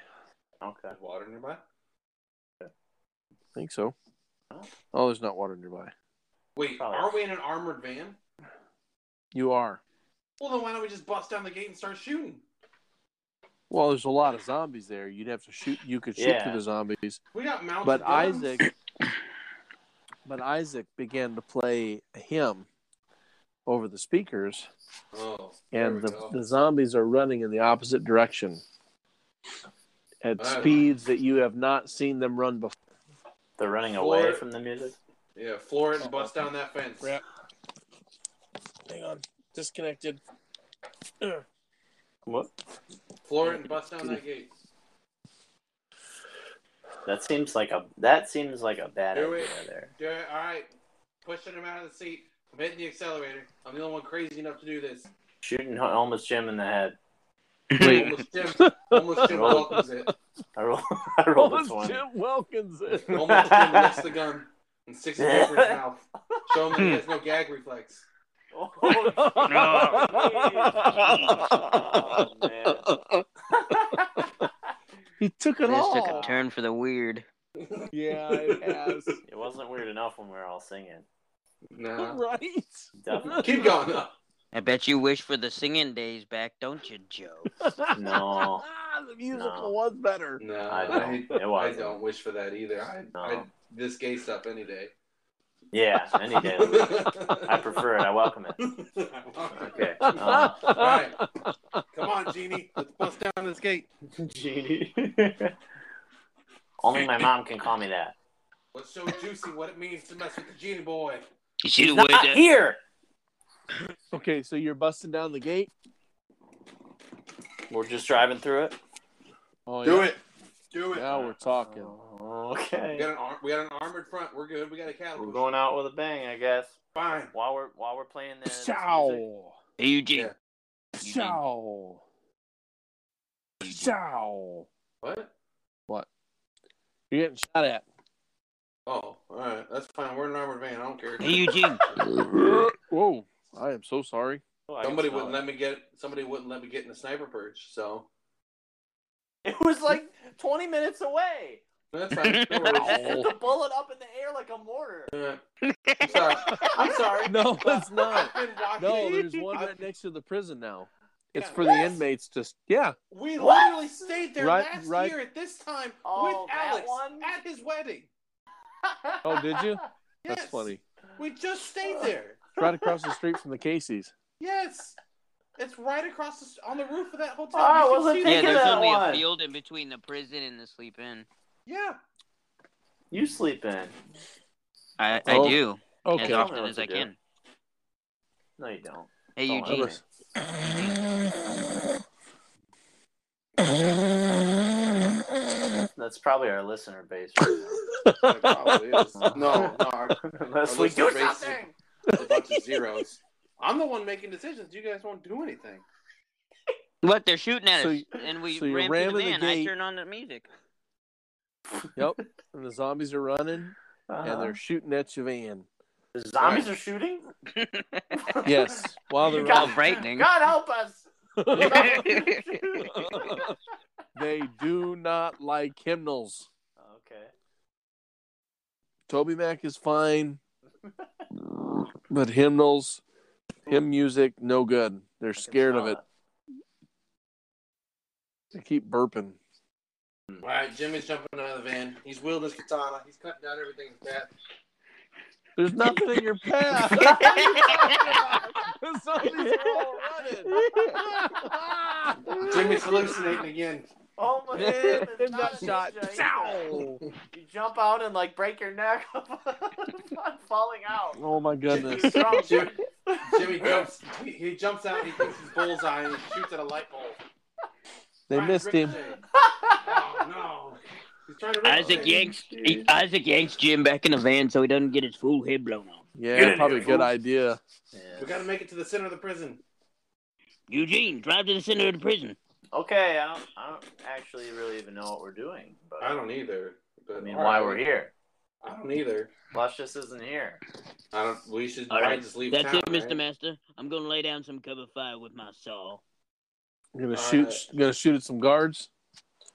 I Okay. There's water nearby. think so. Oh, there's not water nearby. Wait, Probably. are we in an armored van? You are. Well, then why don't we just bust down the gate and start shooting? Well, there's a lot of zombies there. You'd have to shoot. You could shoot Yeah. through the zombies. We got mounted But guns. Isaac, but Isaac began to play a hymn over the speakers, Oh, there we and the, go. the zombies are running in the opposite direction at Wow. speeds that you have not seen them run before. They're running away Four. from the music. yeah, floor it and bust down that fence. Right. Hang on, <laughs> disconnected. What? Floor it and bust down that gate. That seems like a that seems like a bad Do idea it. there. Do it. All right, pushing him out of the seat. I'm hitting the accelerator. I'm the only one crazy enough to do this. Shooting homeless Jim in the <laughs> head. Wait. Almost Jim, almost Jim Oh. welcomes it. I roll. I rolled a twenty. Jim <laughs> Wilkins. Almost Jim lifts the gun and sticks it over his mouth. Show him that he has no gag reflex. Oh, man. <laughs> he took it This all. took a turn for the weird. <laughs> Yeah, it has. It wasn't weird enough when we were all singing. No. right. <laughs> Definitely. Keep going. though. I bet you wish for the singing days back, don't you, Joe? No. Ah, the musical No. was better. No, I don't. It I wasn't. don't wish for that either. I, No. I this gay stuff any day. Yeah, any day. <laughs> of the week. I prefer it. I welcome it. Okay. <laughs> Uh, All right, come on, Genie. Let's bust down this gate. Genie. Only my mom can call me that. Let's show Juicy what it means to mess with the Genie boy. You see the way Not that here. <laughs> okay, so you're busting down the gate. We're just driving through it. Oh, Do yeah. it. Do it. Now we're Oh, talking. We Oh, Okay. got an arm, we got an armored front. We're good. We got a catapult. We're going out with a bang, I guess. fine. While we're while we're playing the this music, Show. Hey, Eugene. Yeah. Eugene. Show. Show. What? What? You're getting shot at. Oh, all right. That's fine. We're in an armored van. I don't care. Hey, Eugene. Whoa. I am so sorry. oh, I can Somebody smell wouldn't it. let me get. Somebody wouldn't let me get in the sniper perch. So <laughs> It was like 20 minutes away. That's <laughs> fine. No worries. It's a bullet up in the air like a mortar. Yeah. I'm sorry. I'm sorry. <laughs> No, it's not. <laughs> I've been walking. <laughs> No, there's one right next to the prison now. It's for the inmates. Just yeah, We What? literally stayed there Right- last right- year at this time Oh, with that Alex one? at his wedding. Oh, did <laughs> you? Yes. that's <laughs> funny. We just stayed there. Right across the street from the Casey's. Yes. It's right across the, st- on the roof of that hotel. Oh, I You can wasn't see- Think Yeah, of there's that only one. a field in between the prison and the sleep in. Yeah. <laughs> You sleep in. I, Oh, I do as Okay. often what as to I do. can. No, you don't. Hey Oh, Eugene, Elvis. That's probably our listener base. Right Oh, It probably is. No, no. our- <laughs> now. Unless our we listener do base is something. A bunch of zeros. I'm the one making decisions. You guys won't do anything. what they're shooting at So us, you- and we so you ran ram through the in the van. I gate. turned on the <laughs> music. Yep. <laughs> And the zombies are running and they're shooting at your van. Uh-huh. The zombies are shooting. Yes. While Oh, they're All God. frightening. God help us. running. <laughs> they do not like hymnals. Okay. Toby Mac is fine, but hymnals, hymn music, no good. They're scared of it. They keep burping. All right, Jimmy's jumping out of the van. He's wielding his katana. He's cutting down everything with that. There's nothing in your path. <laughs> The zombies are all running. Jimmy's hallucinating again. Oh my god. In It's not that a shot. ninja, either. Ow. You jump out and like break your neck <laughs> on falling out. Oh my goodness. <laughs> Drunk. Jimmy, Jimmy jumps. He, he jumps out. He thinks he's bullseye and he shoots at a light bulb. They Right, missed him. ricochet. Oh no! <laughs> He's trying to Isaac ricochet. yanks Isaac yanks Jim back in the van so he doesn't get his fool head blown off. Yeah, probably a good idea. We gotta make it to the center of the prison. Eugene, drive to the center of the prison. Okay, I don't, I don't actually really even know what we're doing, but I don't either. But I mean, why we're here? I don't either. Lush just isn't here. I don't. We should All probably right, just leave That's town, it, Mr. right? Master. I'm gonna lay down some cover fire with my saw. I'm gonna Uh, shoot. Gonna shoot at some guards.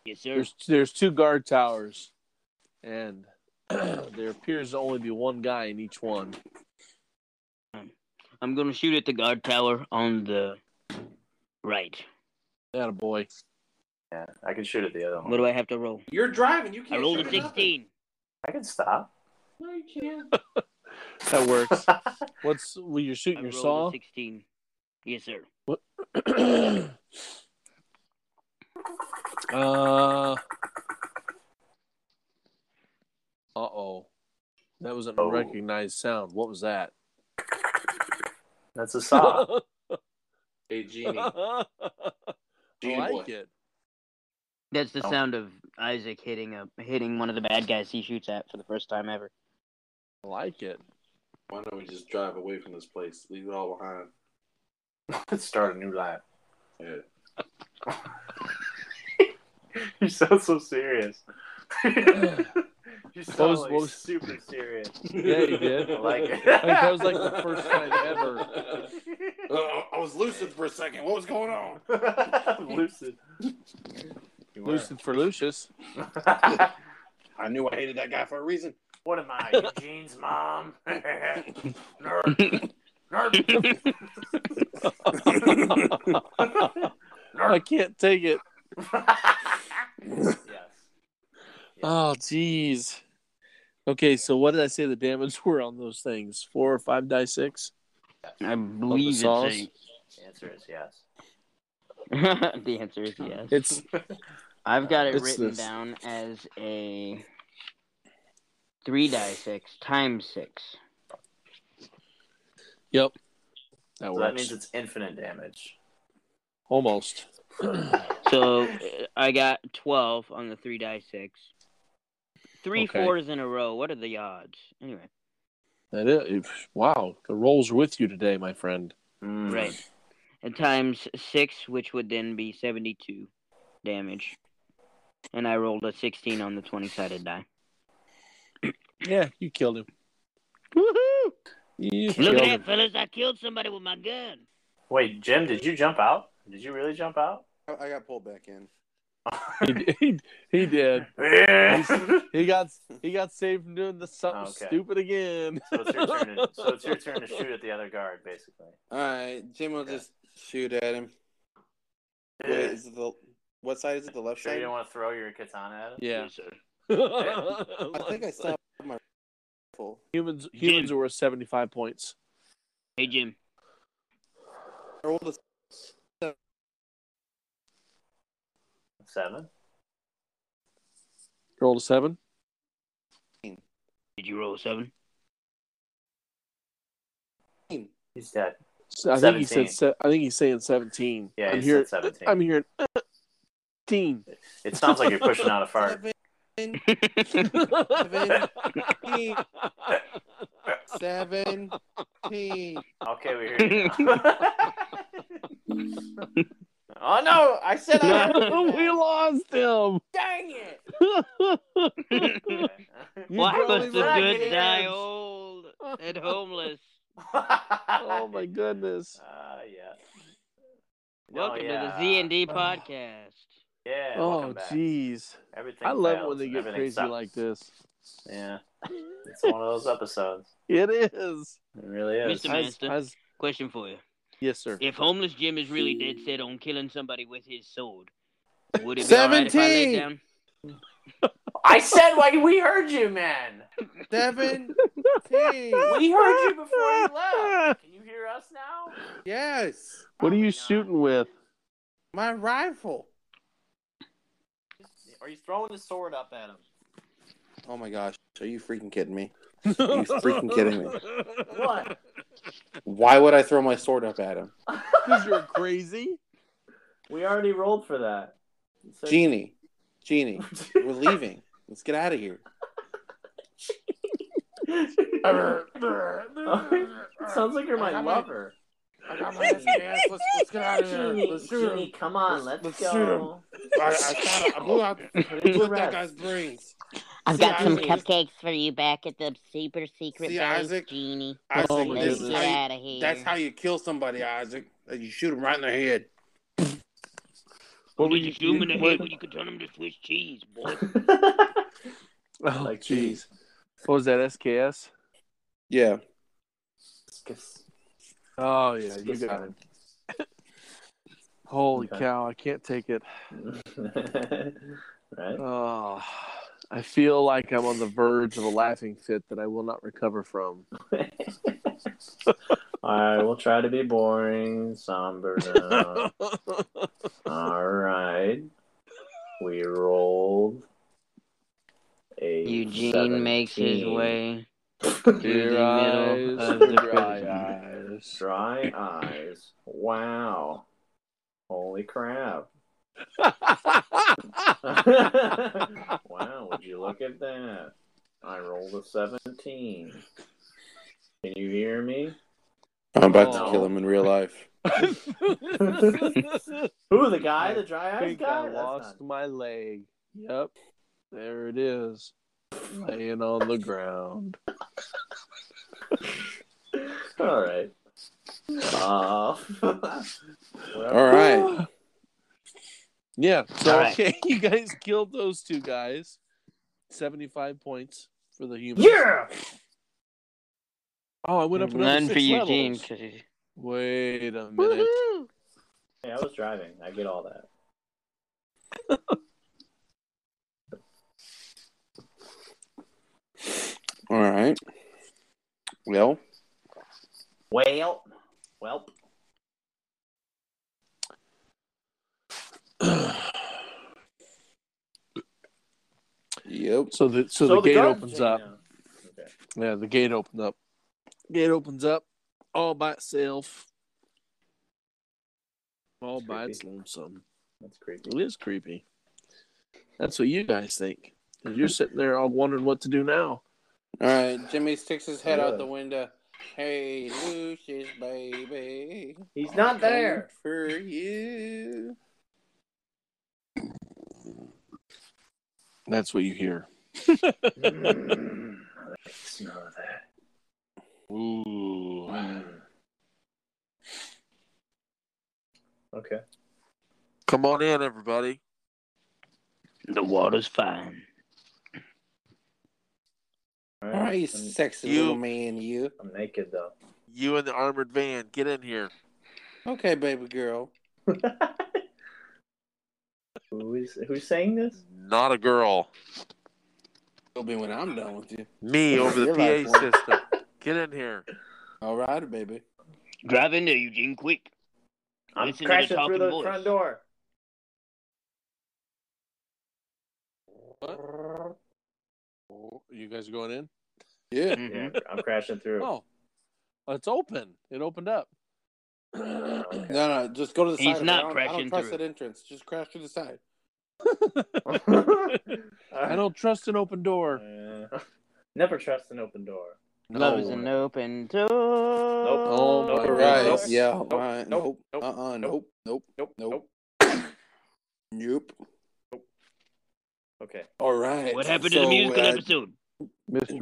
Yes, sir. There's there's two guard towers, and <clears throat> there appears to only be one guy in each one. I'm gonna shoot at the guard tower on the right. That a boy. Yeah, I can shoot at the other one. What do I have to roll? You're driving. You I can't. rolled shoot a at nothing. 16. I can stop. No, you can't. That <laughs> works. What's well, you're I shooting your rolled saw? a 16. Yes, sir. <clears throat> uh. Uh oh. That was an Oh. unrecognized sound. What was that? <laughs> That's a saw. <laughs> Hey, genie. Genie I boy. like it. That's the Oh. sound of Isaac hitting a hitting one of the bad guys he shoots at for the first time ever. I like it. Why don't we just drive away from this place? Leave it all behind. Let's start a new life. Yeah. <laughs> You sound so serious. you sound was- like what was- super serious. <laughs> Yeah, you <laughs> did. I like <laughs> it. that was like the first time <laughs> ever. Uh, I- I was lucid for a second. What was going on? Lucid. You were. Lucid for Lucius. I knew I hated that guy for a reason. <laughs> what am I, Eugene's mom? <laughs> Nerd. I can't <laughs> take it. yes. Oh, jeez. Okay, so what did I say the damage <laughs> were on those things? Four or five die six? I believe it's sauce? a... The answer is yes. <laughs> the answer is yes. <laughs> It's I've got it It's written this. down as a three die six times six. yep. That So works. that means it's infinite damage. Almost. So uh, I got twelve on the three die six. Three Okay. fours in a row. What are the odds? Anyway, That is wow. The rolls are with you today, my friend. Mm. right. And times six, which would then be seventy-two damage. And I rolled a sixteen on the twenty-sided die. Yeah, you killed him. Woohoo! You Look killed at him. that, fellas! I killed somebody with my gun. Wait, Jim, did you jump out? Did you really jump out? I got pulled back in. he, did- he, he did. so He got he got saved from doing the something Okay. stupid again. it's your turn. To, so it's your turn to shoot at the other guard, basically. All right, Jim will Okay. just shoot at him. Wait, is it the what side is it? The left Sure, side? you don't want to throw your katana at him. Yeah. <laughs> I think I stopped my rifle. humans humans Jim. were seventy five points. Hey Jim, I rolled a Seven. Rolled a seven. did you roll a seven? He's dead. So I think he 17. said. Se- I think he's saying seventeen. Yeah, I'm he hearing. said 17. I'm hearing. uh, <laughs> Teen. <laughs> It sounds like you're pushing out a fart. <laughs> seven, All seventeen. Okay, we hear you. now. <laughs> oh no! I said I had to do that. we lost him. <laughs> <laughs> Dang it! <laughs> <laughs> you Why probably must the right. raggedy good die ends. old <laughs> and homeless? Oh my goodness. Uh, yeah. Welcome Oh, to yeah. the Z and D podcast. <laughs> Yeah. Oh welcome back. jeez. Everything I love it fails when they and get everything crazy sucks. like this. <laughs> Yeah. It's one of those episodes. It is. It really is. Mr. I- Master. I- Question for you: yes, sir. If homeless Jim is really dead set on killing somebody with his sword, would it be all right if I laid 17. down? I said why we heard you, man. Seventeen. We heard you before you <laughs> left. Can you hear us now? Yes, <laughs> What are Probably you not. shooting with? my rifle. Are you throwing the sword up at him? Oh my gosh, are you freaking kidding me? you freaking kidding me? What? Why would I throw my sword up at him? Because you're crazy. We already rolled for that. So- Genie, Genie, we're leaving. Let's get out <laughs> of here. <laughs> Sounds like you're my lover. I got my chance. Let's, let's get out of here. Genie, Let's shoot Genie, him. come on, let's, Let's- let's go. I, I, shot him. I blew out, Put it blew to out that guy's rest. brains. I've See, got some Isaac, cupcakes for you back at the super secret See, base, Isaac? genie. Isaac, Oh, my Let's this goodness. is get how you, out of here. that's how you kill somebody, Isaac. You shoot him right in the head. What were did you shoot him in the what- head when you could turn him to Swiss cheese, boy? <laughs> Oh, Like, jeez. What was that, SKS? Yeah, Oh, yeah, you got it. Holy Okay. cow, I can't take it. right? Oh, I feel like I'm on the verge of a laughing fit that I will not recover <laughs> from. I will try to be boring, somber. <laughs> now. All right. We rolled a Eugene makes his 17. way. Dear the middle eyes of for the dry prison. eyes. Dry eyes. Wow. Holy crap. <laughs> wow, would you look at that? I rolled a 17. Can you hear me? I'm about Oh. to kill him in real life. <laughs> Who, the guy, I the dry I eyes think guy? I That's lost not- my leg. Yep, there it is, laying on the ground. All right. Uh, well, All <gasps> right, <sighs> Yeah. So All right. okay, <laughs> you guys killed those two guys. Seventy-five points for the humans. <laughs> Yeah! Oh, I went up another None six for Eugene. levels. 'cause he- Wait a minute. Hey, I was driving. I get all that. all right. Well, Well, well, yep. <clears throat> So the so, the, gate guards opens came up. down. Okay. Yeah, the gate opens up. Gate opens up all by itself. All by Creepy. its lonesome. That's creepy. It is creepy. That's what you guys think. 'Cause You're sitting there all wondering what to do now. All right, Jimmy sticks his head out the window. Hey, Lucius, baby. He's not there. For you. That's what you <laughs> hear. Mm, I like the smell of that. Ooh. Okay. Come on in, everybody. The water's fine. All All right, you I'm- sexy You- little man, you. I'm naked though. You and the armored van, get in here. Okay, baby girl. Who is who's saying this? Not a girl. It'll be when I'm done with you. <laughs> Me over the You're PA right, boy. system. Get in here. All right, baby. Drive in there, Eugene, quick. I'm Listen to the crashing talking through the voice. front door. You guys going in? Yeah. mm-hmm. Yeah, Mhm. I'm crashing through. <laughs> Oh, it's open. It opened up. Okay. No, no, just go to the He's side. of it. not I don't, I crashing don't trust through. that entrance. Just crash to the side. Oh. <laughs> I don't trust an open door. Uh, <laughs> never trust an open door. Love is an open door. Oh Nope. my All God. right. Nope. Yeah. all Nope. right. Nope. Nope. Nope. Uh-uh. Nope. Nope. Nope. Nope. Nope. Okay. <laughs> All right. What happened so, to the musical uh, <laughs> episode? Mr.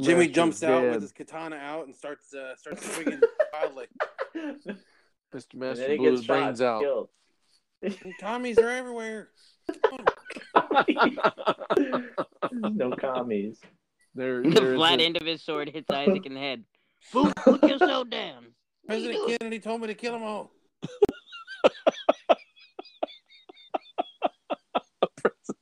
Jimmy Master's jumps out dead. with his katana out and starts uh, starts swinging <laughs> wildly. Mr. And Master then he blew gets his shot, brains out. <laughs> killed. <laughs> Tommies are everywhere. no commies. There, there The is flat a- end of his sword hits Isaac in the <laughs> head. Fool, put yourself down. What are you President doing? Kennedy told me to kill them all. <gasps>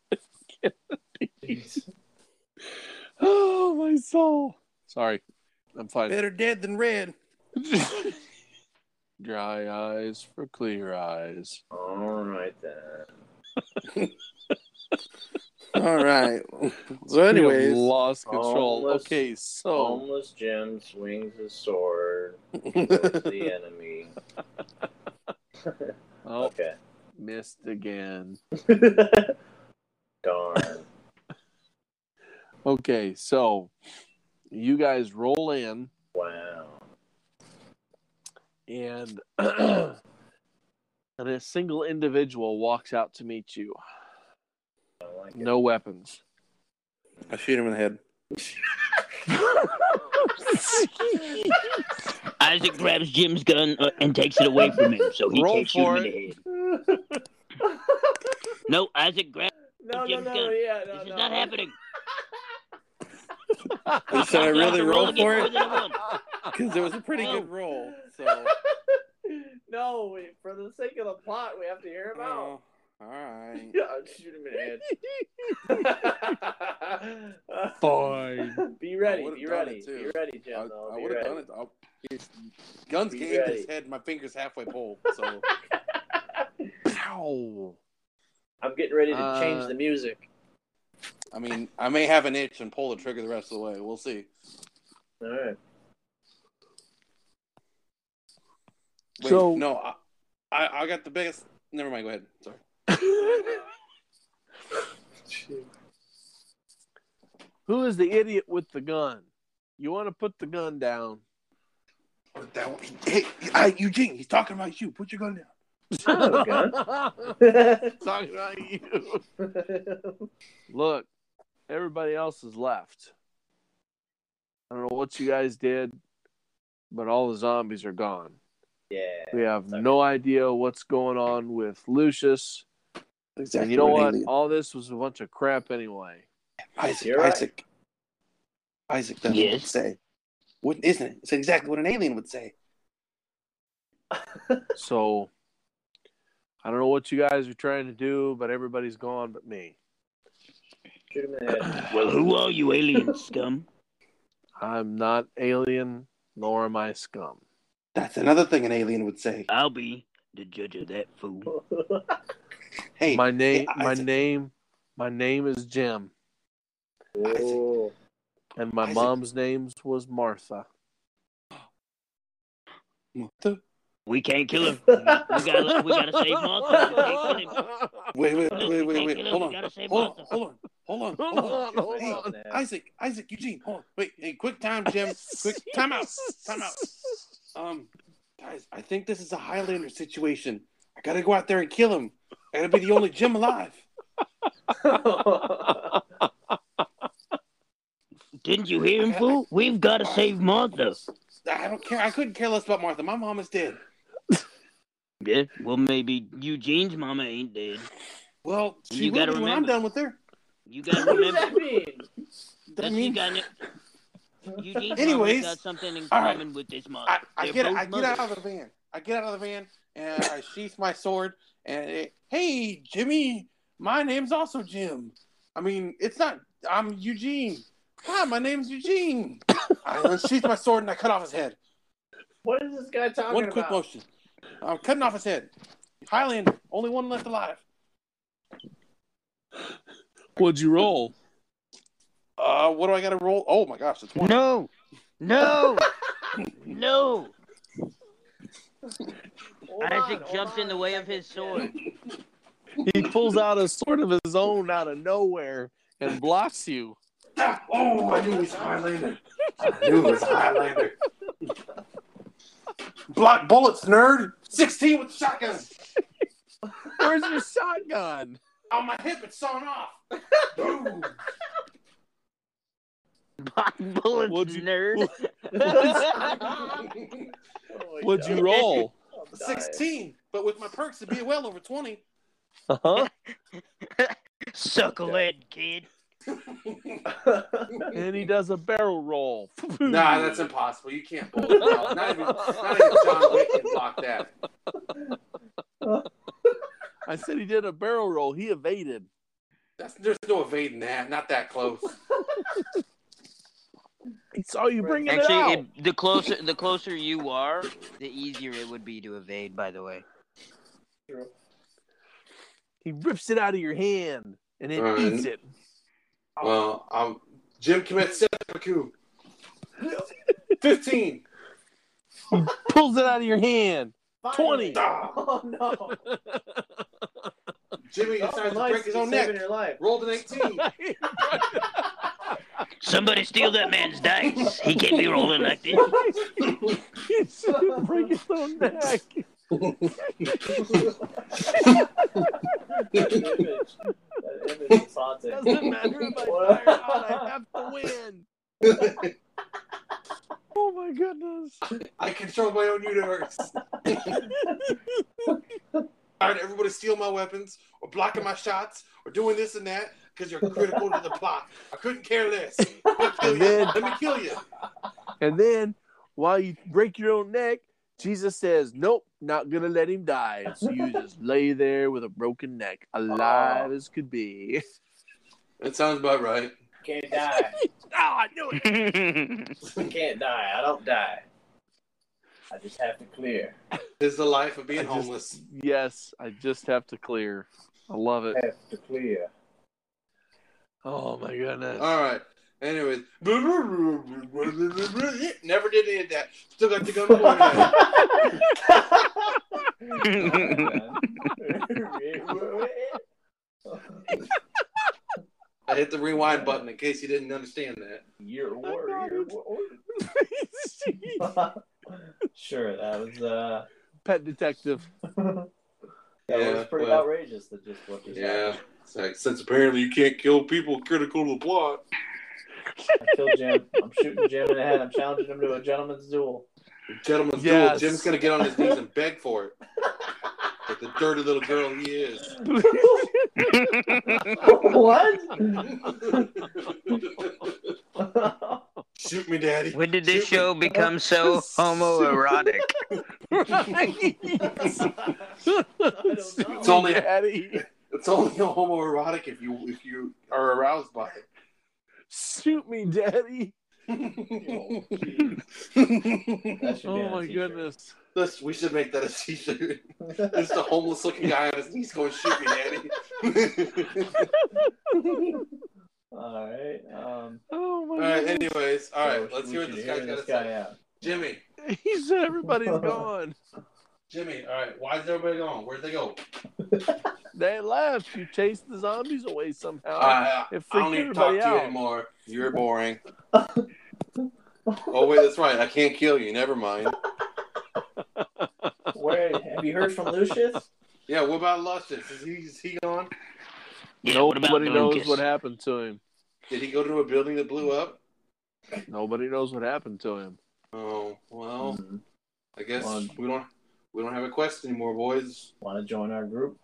Oh my soul. Sorry, I'm fine. Better dead than red. <laughs> Dry eyes for clear eyes. All right then. All right. So, We have anyways, lost control. homeless- Okay, so Homeless Jim swings his sword towards <laughs> the enemy. oh, Okay. missed again. Darn. Okay, so you guys roll in, Wow. <laughs> and <clears throat> and a single individual walks out to meet you. I like it. No weapons. I shoot him in the head. Isaac grabs Jim's gun uh, and takes it away from him, so he Roll takes you for in the head. No, Isaac grabs. no, no, Jim's no, gun. yeah, no, This is no. not happening. Should I You have really to roll again for more it? than a one. Because it was a pretty good roll. So. <laughs> no, we, for the sake of the plot, we have to hear him out. Oh, all right. <laughs> Yeah, shoot him <laughs> in the head. Fine. Be ready, would've be done ready, it, too. be ready, Jim. I, though, I be would have ready. done it. I'll, his guns Be came to ready. his head. My fingers halfway pulled. So Ow. I'm getting ready to change Uh, the music. I mean, I may have an itch and pull the trigger the rest of the way. We'll see. All right. Wait, So- no, I, I, I got the biggest. Never mind. Go ahead. Sorry. Who is the idiot with the gun? You want to put the gun down. That one, hey, I, Eugene, he's talking about you. Put your gun down. I don't have a gun. <laughs> Talking about you. Look, everybody else is left. I don't know what you guys did, but all the zombies are gone. yeah. We have Okay. no idea what's going on with Lucius. and you know what? All this was a bunch of crap anyway. Isaac, You're right. Isaac, Isaac. That's what Yes. it would say. What isn't it? It's exactly what an alien would say. So I don't know what you guys are trying to do, but everybody's gone but me. Shoot him in the head. <laughs> Well, who are you, alien scum? I'm not alien, nor am I scum. That's another thing an alien would say. I'll be the judge of that fool. Hey, My name, hey, my Isaac. name, my name is Jim, Whoa. and my Isaac. mom's name was Martha. Wait, We can't kill him. We gotta, we gotta save Martha. We can't kill him. wait, We wait, wait, can't wait. kill him. Hold We on. gotta save Hold on, Martha. hold on, hold on, Hold on, hold Hey, on. now. Isaac, Isaac, Eugene, hold on. Wait, hey, quick time, Jim. Quick time out. Time out. Um, guys, I think this is a Highlander situation. I gotta go out there and kill him. I gotta be the only Jim alive. Didn't you hear him, fool? We've gotta save Martha. I don't care. I couldn't care less about Martha. My mom is dead. Yeah. Well, maybe Eugene's mama ain't dead. Well, she You will gotta be when I'm remember. done with her. You gotta What does remember. that mean? That's mean- you gotta. Eugene Anyways, got something in all right. common with this <laughs> mother. I, I They're get both I get out mothers. of the van. I get out of the van and I sheath my sword and it, hey Jimmy, my name's also Jim. I mean, it's not I'm Eugene. Hi, my name's <coughs> Eugene. I unsheath my sword and I cut off his head. What is this guy talking One about? quick motion. I'm cutting off his head. Highlander, only one left alive. <laughs> What'd you roll? Uh, what do I got to roll? Oh my gosh, it's one. No, no, <laughs> no! Hold Isaac on, hold jumps in on the a way of his second. sword. He pulls out a sword of his own out of nowhere and blocks you. Ah, oh, I knew it was Highlander. I knew it was <laughs> Highlander. Block bullets, nerd. Sixteen with shotgun. Where's your shotgun? On my hip, it's sawn <laughs> off. Boom. Block bullets, What'd you- nerd. Oh, my <laughs> What'd God. <laughs> you roll? I'll die. Sixteen, but with my perks, it'd be well over twenty. Uh huh. Suck a lead, kid. And he does a barrel roll. <laughs> Nah, that's impossible. You can't bolt. No, not, even, not even John Wick can block that. I said he did a barrel roll. He evaded. That's, there's no evading that. Not that close. He saw you bringing it out. Actually, it, the closer the closer you are, the easier it would be to evade. By the way, He rips it out of your hand and it Alright. eats it. Well, um, Jim commits seppuku. <laughs> Fifteen. Pulls it out of your hand. <laughs> Finally. 20. <laughs> Oh no! <laughs> Jimmy Oh, decides nice. to break his You're own saving neck. <laughs> Your life. Rolled an 18. somebody steal that man's dice. <laughs> He can't be rolling like this. He's break his <laughs> own neck. That image. That image is haunting. Doesn't matter if I die or not. I have to win. <laughs> Oh my goodness. I control my own universe. All right, everybody steal my weapons or blocking my shots or doing this and that because you're critical to the plot. I couldn't care less. Let me kill you. Then- Let me kill you. And then while you break your own neck, Jesus says, Nope, not gonna let him die. And <laughs> so you just lay there with a broken neck, alive as could be. That sounds about right. Can't die. <laughs> Oh, I knew it. Can't die. I don't die. I just have to clear. This <laughs> is the life of I being just- homeless. Yes, I just have to clear. I love it. Have to <laughs> clear. Oh my goodness. All right. Anyways, never did any of that. Still got the gun <laughs> pointed at me. I hit the rewind button in case you didn't understand that. You're a <laughs> warrior. sure, that was <laughs> uh, Pet detective. that Yeah, was pretty well. outrageous. That just what just Yeah. It's like, since apparently you can't kill people critical to the plot. happened. I killed Jim. I'm shooting Jim in the head. I'm challenging him to a gentleman's duel. Gentleman's Yes. duel. Jim's gonna get on his knees and beg for it. <laughs> Like the dirty little girl he is. what? Shoot me, daddy. when did this show <laughs> become <laughs> so <laughs> homoerotic? It's only Daddy, it's only homoerotic if you if you are aroused by shoot me, daddy. it. That should be on Oh a my t-shirt. goodness. This, we should make that a t-shirt. It's the homeless looking guy on his knees going, "Shoot me, daddy." All right. Um, Oh all my right. goodness. Anyways, all right. so Let's we hear what should this guy's hear got to this guy say. out. Jimmy, <laughs> He <laughs> said everybody's gone. Jimmy. All right. Why is everybody gone? Where'd they go? They left. You chased the zombies away somehow. I, It I don't freaked need to talk to Uh, everybody you out. anymore. You're boring. oh wait, that's right. I can't kill you. Never mind. Where have you heard from Lucius? Yeah. What about Luscious? Is he is he gone? Yeah, what about Nobody knows Lucas? what happened to him. Did he go to a building that blew up? Nobody knows what happened to him. Oh well. Mhm. I guess Well- we don't we don't have a quest anymore, boys. Want to join our group?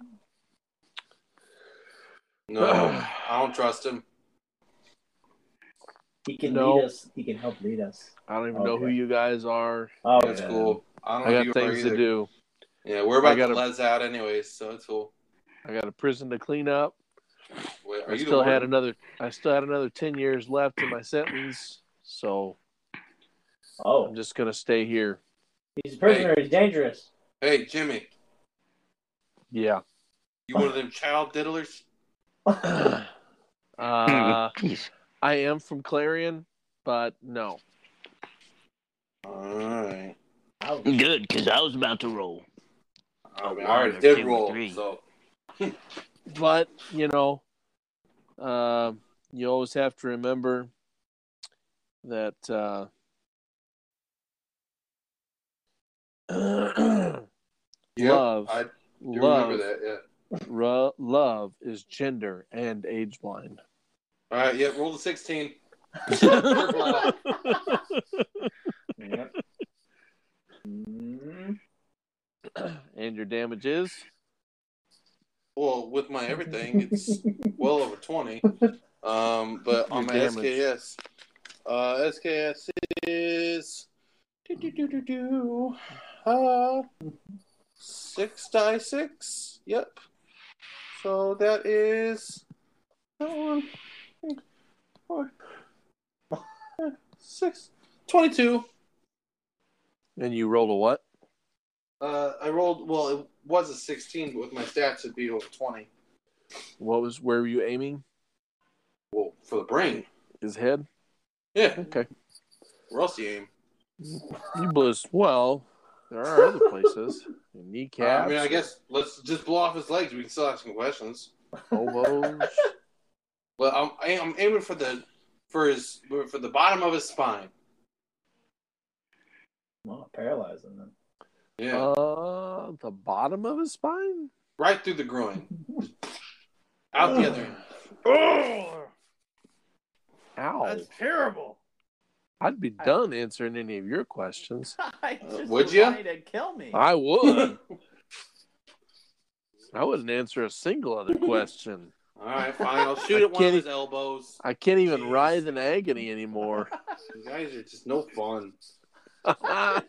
No, I don't trust him. He can No. lead us. He can help lead us. I don't even know who Okay. you guys are. Oh, That's man. cool. Oh, I don't I know got if you are things either. to do. Yeah, we're about I gotta- to let us out anyways, so it's cool. I got a prison to clean up. Wait, are I you still the had warden? another. I still had another ten years left in my sentence, so I'm Oh, just gonna stay here. he's a prisoner. He's <sighs> dangerous. Hey, Jimmy, <laughs> Yeah. you one of them child diddlers? uh, I Jeez. am from Clarion, but no. All right. Ouch. Good, because I was about to roll. Oh, I, mean, one I already or two did or roll, three. so But you know, um, you always have to remember that uh, <clears throat> Yep, love, I do love, remember that. Yeah. ru- love is gender and age blind. <laughs> All right. Yeah. Roll the <laughs> sixteen. <laughs> Yep. Mm, <clears throat> and your damage is Well, with my everything, it's well over twenty. Um, but on my Your damage. SKS, uh, SKS is do do do do do uh six die six. Yep. So that is that one, three, four, five, six, 22. and you roll a what? Uh, I rolled. Well, it was a sixteen, but with my stats, it'd be over twenty. What was where were you aiming? Well, for the brain. His head? Yeah, Okay. where else do you aim? You blew his well, there are other places. Your Yeah, I Kneecaps, mean, I guess let's just blow off his legs. We can still ask him questions. elbows. Well, I'm I- I'm aiming for the for his for the bottom of his spine. well, paralyzing them. <laughs> Yeah, uh the bottom of his spine? right through the groin, out the other end. Oh, Oh. Ow. that's terrible. I'd be done answering any of your questions. <laughs> I just Uh, would ya? wanted to kill me. I would. <laughs> I wouldn't answer a single other question. All right, fine. I'll shoot I at one of can't- his elbows. I can't even Jeez. writhe in agony anymore. <laughs> You guys are just no <laughs> fun. I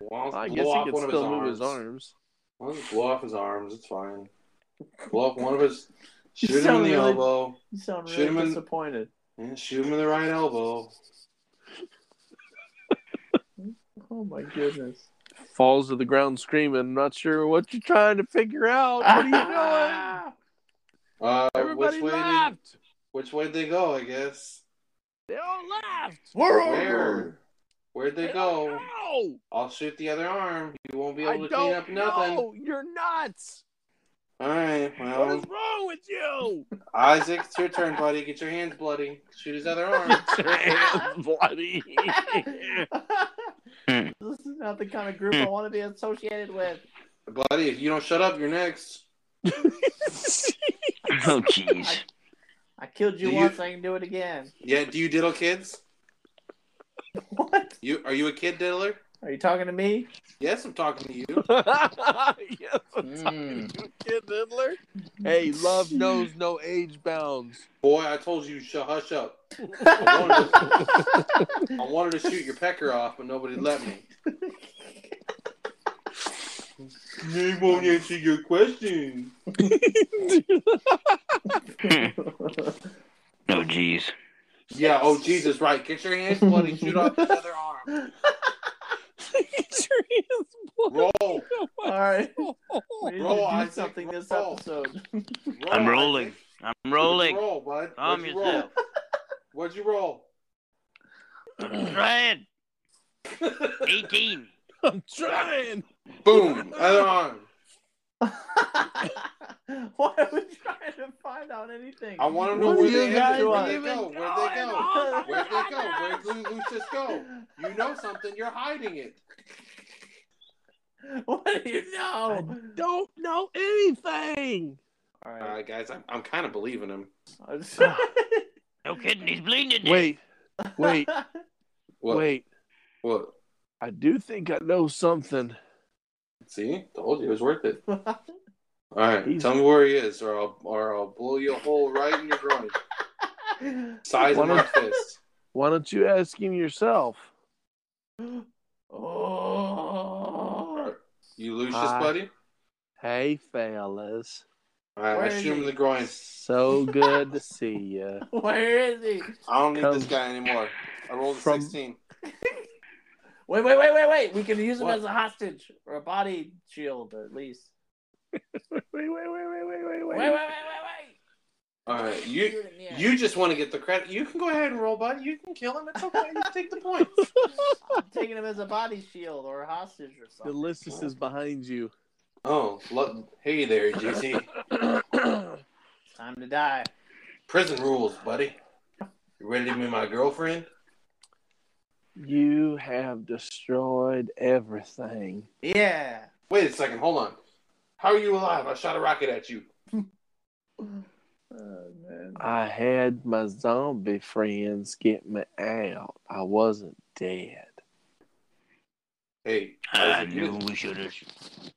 Well, I'll guess blow he off can one of still move his his arms. arms. I'll just blow off his arms. It's fine. Blow off one of his. You Shoot him in sound the really- elbow. <laughs> You sound Shoot him really in- disappointed. Yeah, shoot him in the right elbow. Oh my goodness. <laughs> Falls to the ground screaming, not sure what you're trying to figure out. What are you <laughs> doing? Uh, Everybody which way? left. Did, which way they go? I guess. They all left. Where are Where? Where'd they I don't go? know. I'll shoot the other arm. You won't be I able to clean up don't nothing. know. You're nuts. All right. What Well, is wrong with <laughs> you? Isaac, it's your turn, buddy. Get your hands bloody. Shoot his other <laughs> arm. <laughs> Bloody. <laughs> This is not the kind of group I want to be associated with. buddy, if you don't shut up, you're next. <laughs> Oh, jeez. I killed you Do you- once, I can do it again. <laughs> Yeah. Do you diddle kids? What? You are you a kid diddler? Are you talking to me? <laughs> Yes, I'm talking to you. yes, I'm talking Mm. to a kid diddler. Hey, love knows no age bounds. Boy, I told you, sh- hush up. I wanted, to, I wanted to shoot your pecker off, but nobody let me. They won't answer your <laughs> question. Oh, jeez. Yeah, oh, Jesus, right. Get your hands bloody. Shoot off the <laughs> other arm. Roll. roll All <laughs> right. We need Roll, to do Isaac, something this roll. episode. I'm rolling. Isaac. I'm What'd you <laughs> rolling. Roll, bud. Calm What'd you roll? yourself. What'd you roll? I'm trying. <laughs> 18. I'm trying. Boom. Other arm. <laughs> Why are we trying to find out anything? I want to know What do where you they guys go. Where'd want? they go? Where'd they go? Where'd they go? <laughs> Where'd Lu- Lucius go? You know something. You're hiding it. What do you I know? don't know anything. All All right. right, guys. I'm, I'm kind of believing him. <laughs> I'm No kidding. He's bleeding. to Wait, sorry. <laughs> wait, What? wait. What? I do think I know something. See? Told you it was worth it. All right, He's- tell me where he is, or I'll or I'll blow you a hole right in your groin, size Why of my don't- fist. Why don't you ask him yourself? Oh, you Lucius, Hi. buddy. Hey, fellas. I, I Where is shoot him in he? the groin. <laughs> So good to see you. Where is he? I don't need Come. this guy anymore. I rolled a From- sixteen. Wait, wait, wait, wait, wait. We can use him What? as a hostage or a body shield at least. Wait, wait, wait, wait, wait, wait, Wait, wait, wait. wait, wait, All right, wait. Uh, you Shoot him, yeah. you just want to get the credit. You can go ahead and roll, buddy. You can kill him. It's <laughs> okay. You take the point. I'm taking him as a body shield or a hostage or The something. list is behind you. Oh, lo- hey there, <laughs> GC. It's time to die. Prison rules, buddy. You ready to be my girlfriend? You have destroyed everything. Yeah. Wait a second. Hold on. How are you alive? I shot a rocket at you. I had my zombie friends get me out. I wasn't dead. Hey, I Isaac, you, knew didn't, we should have.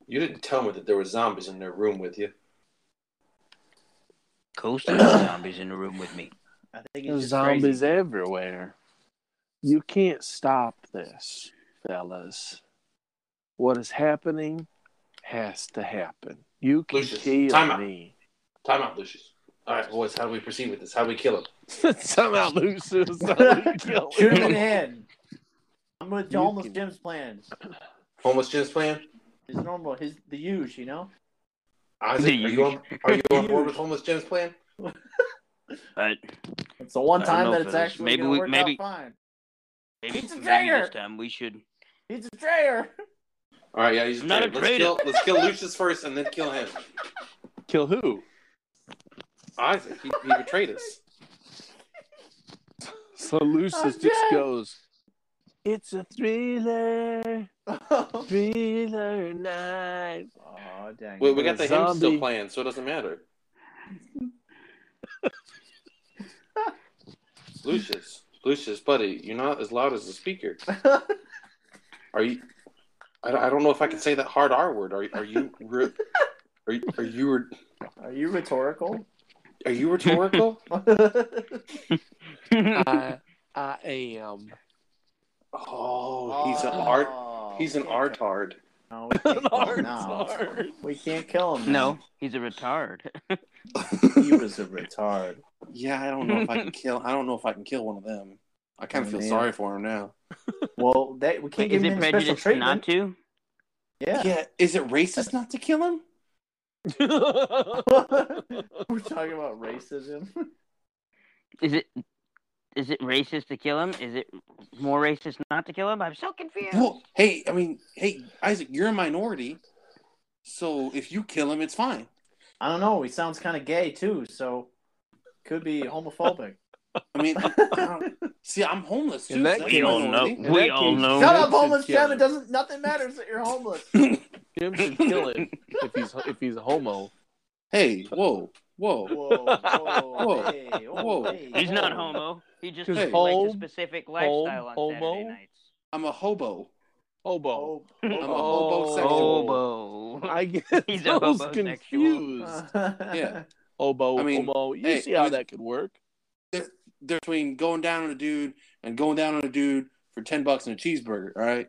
you didn't tell me that there were zombies in their room with you. Coast and zombies in the room with me. I think he's There's just zombies crazy. everywhere. You can't stop this, fellas. What is happening has to happen. You can Lucius, kill time out. me. <laughs> Time out, Lucius. All right, boys. How do we proceed with this? How do we kill him? Somehow, <laughs> Lucius, how do you kill Shoot him in him? the head. I'm with You Joel can- Jim's plan. Homeless Jim's plan. His normal, his the use, you know. Isaac, are you on, are you on board with Homeless Jim's <laughs> plan? I, It's the one I don't time know, that it's fellas. actually Maybe gonna we- work maybe- out fine. maybe, He's a maybe traitor! this time we should. He's a traitor. All right, yeah. He's I'm not a let's traitor. kill, let's kill Lucius first, and then kill him. Kill who? Isaac, he, he betrayed us. So Lucius just goes, It's a thriller, oh thriller night. dang! Wait, we got the hymn still Zombie. playing, so it doesn't matter. Lucius, Lucius, buddy, you're not as loud as the speaker. Are you? I, I don't know if I can say that hard R word. Are are you? Re, are, you- are you? <laughs> Are you rhetorical? Are you rhetorical? I, <laughs> I am. Oh, he's an <laughs> art. Oh, He's an we can't- <laughs> artard. No, we can't kill him now. Artard. We can't kill him. no, he's a retard. now. he was a retard. Yeah, I don't know if I can kill. I don't know if I can kill one of them. I kind Oh, of feel man. sorry for him now. Well, that we can't is give him it any special prejudice not treatment. to? Yeah. Yeah, is it racist not to kill him? <laughs> We're <laughs> talking about racism. Is it? Is it racist to kill him? Is it more racist not to kill him? I'm so confused. Well, hey, I mean, hey, Isaac, you're a minority, so if you kill him, it's fine. I don't know. He sounds kind of gay too, so could be homophobic. I mean, I, <laughs> don't- see, I'm homeless too. In that so I'm case- a We all minority. know. that Shut case- That up, should <laughs> homeless kill Jim. It him. doesn't. Nothing matters that you're <laughs> homeless. Jim should kill him if he's if he's a homo. Hey, whoa, whoa. Whoa, whoa, Whoa. hey, oh, Whoa. hey, He's not whoa. homo. He just Cause likes home- a specific home- lifestyle on homo? Saturday nights. I'm a hobo. Hobo. Oh, I'm a oh, hobosexual. Hobo. I get He's a those hobosexual. confused. <laughs> Yeah. Hobo, Uh-huh. I mean, homo. You hey, see how with- that could work? There's between going down on a dude and going down on a dude for ten bucks and a cheeseburger. All right?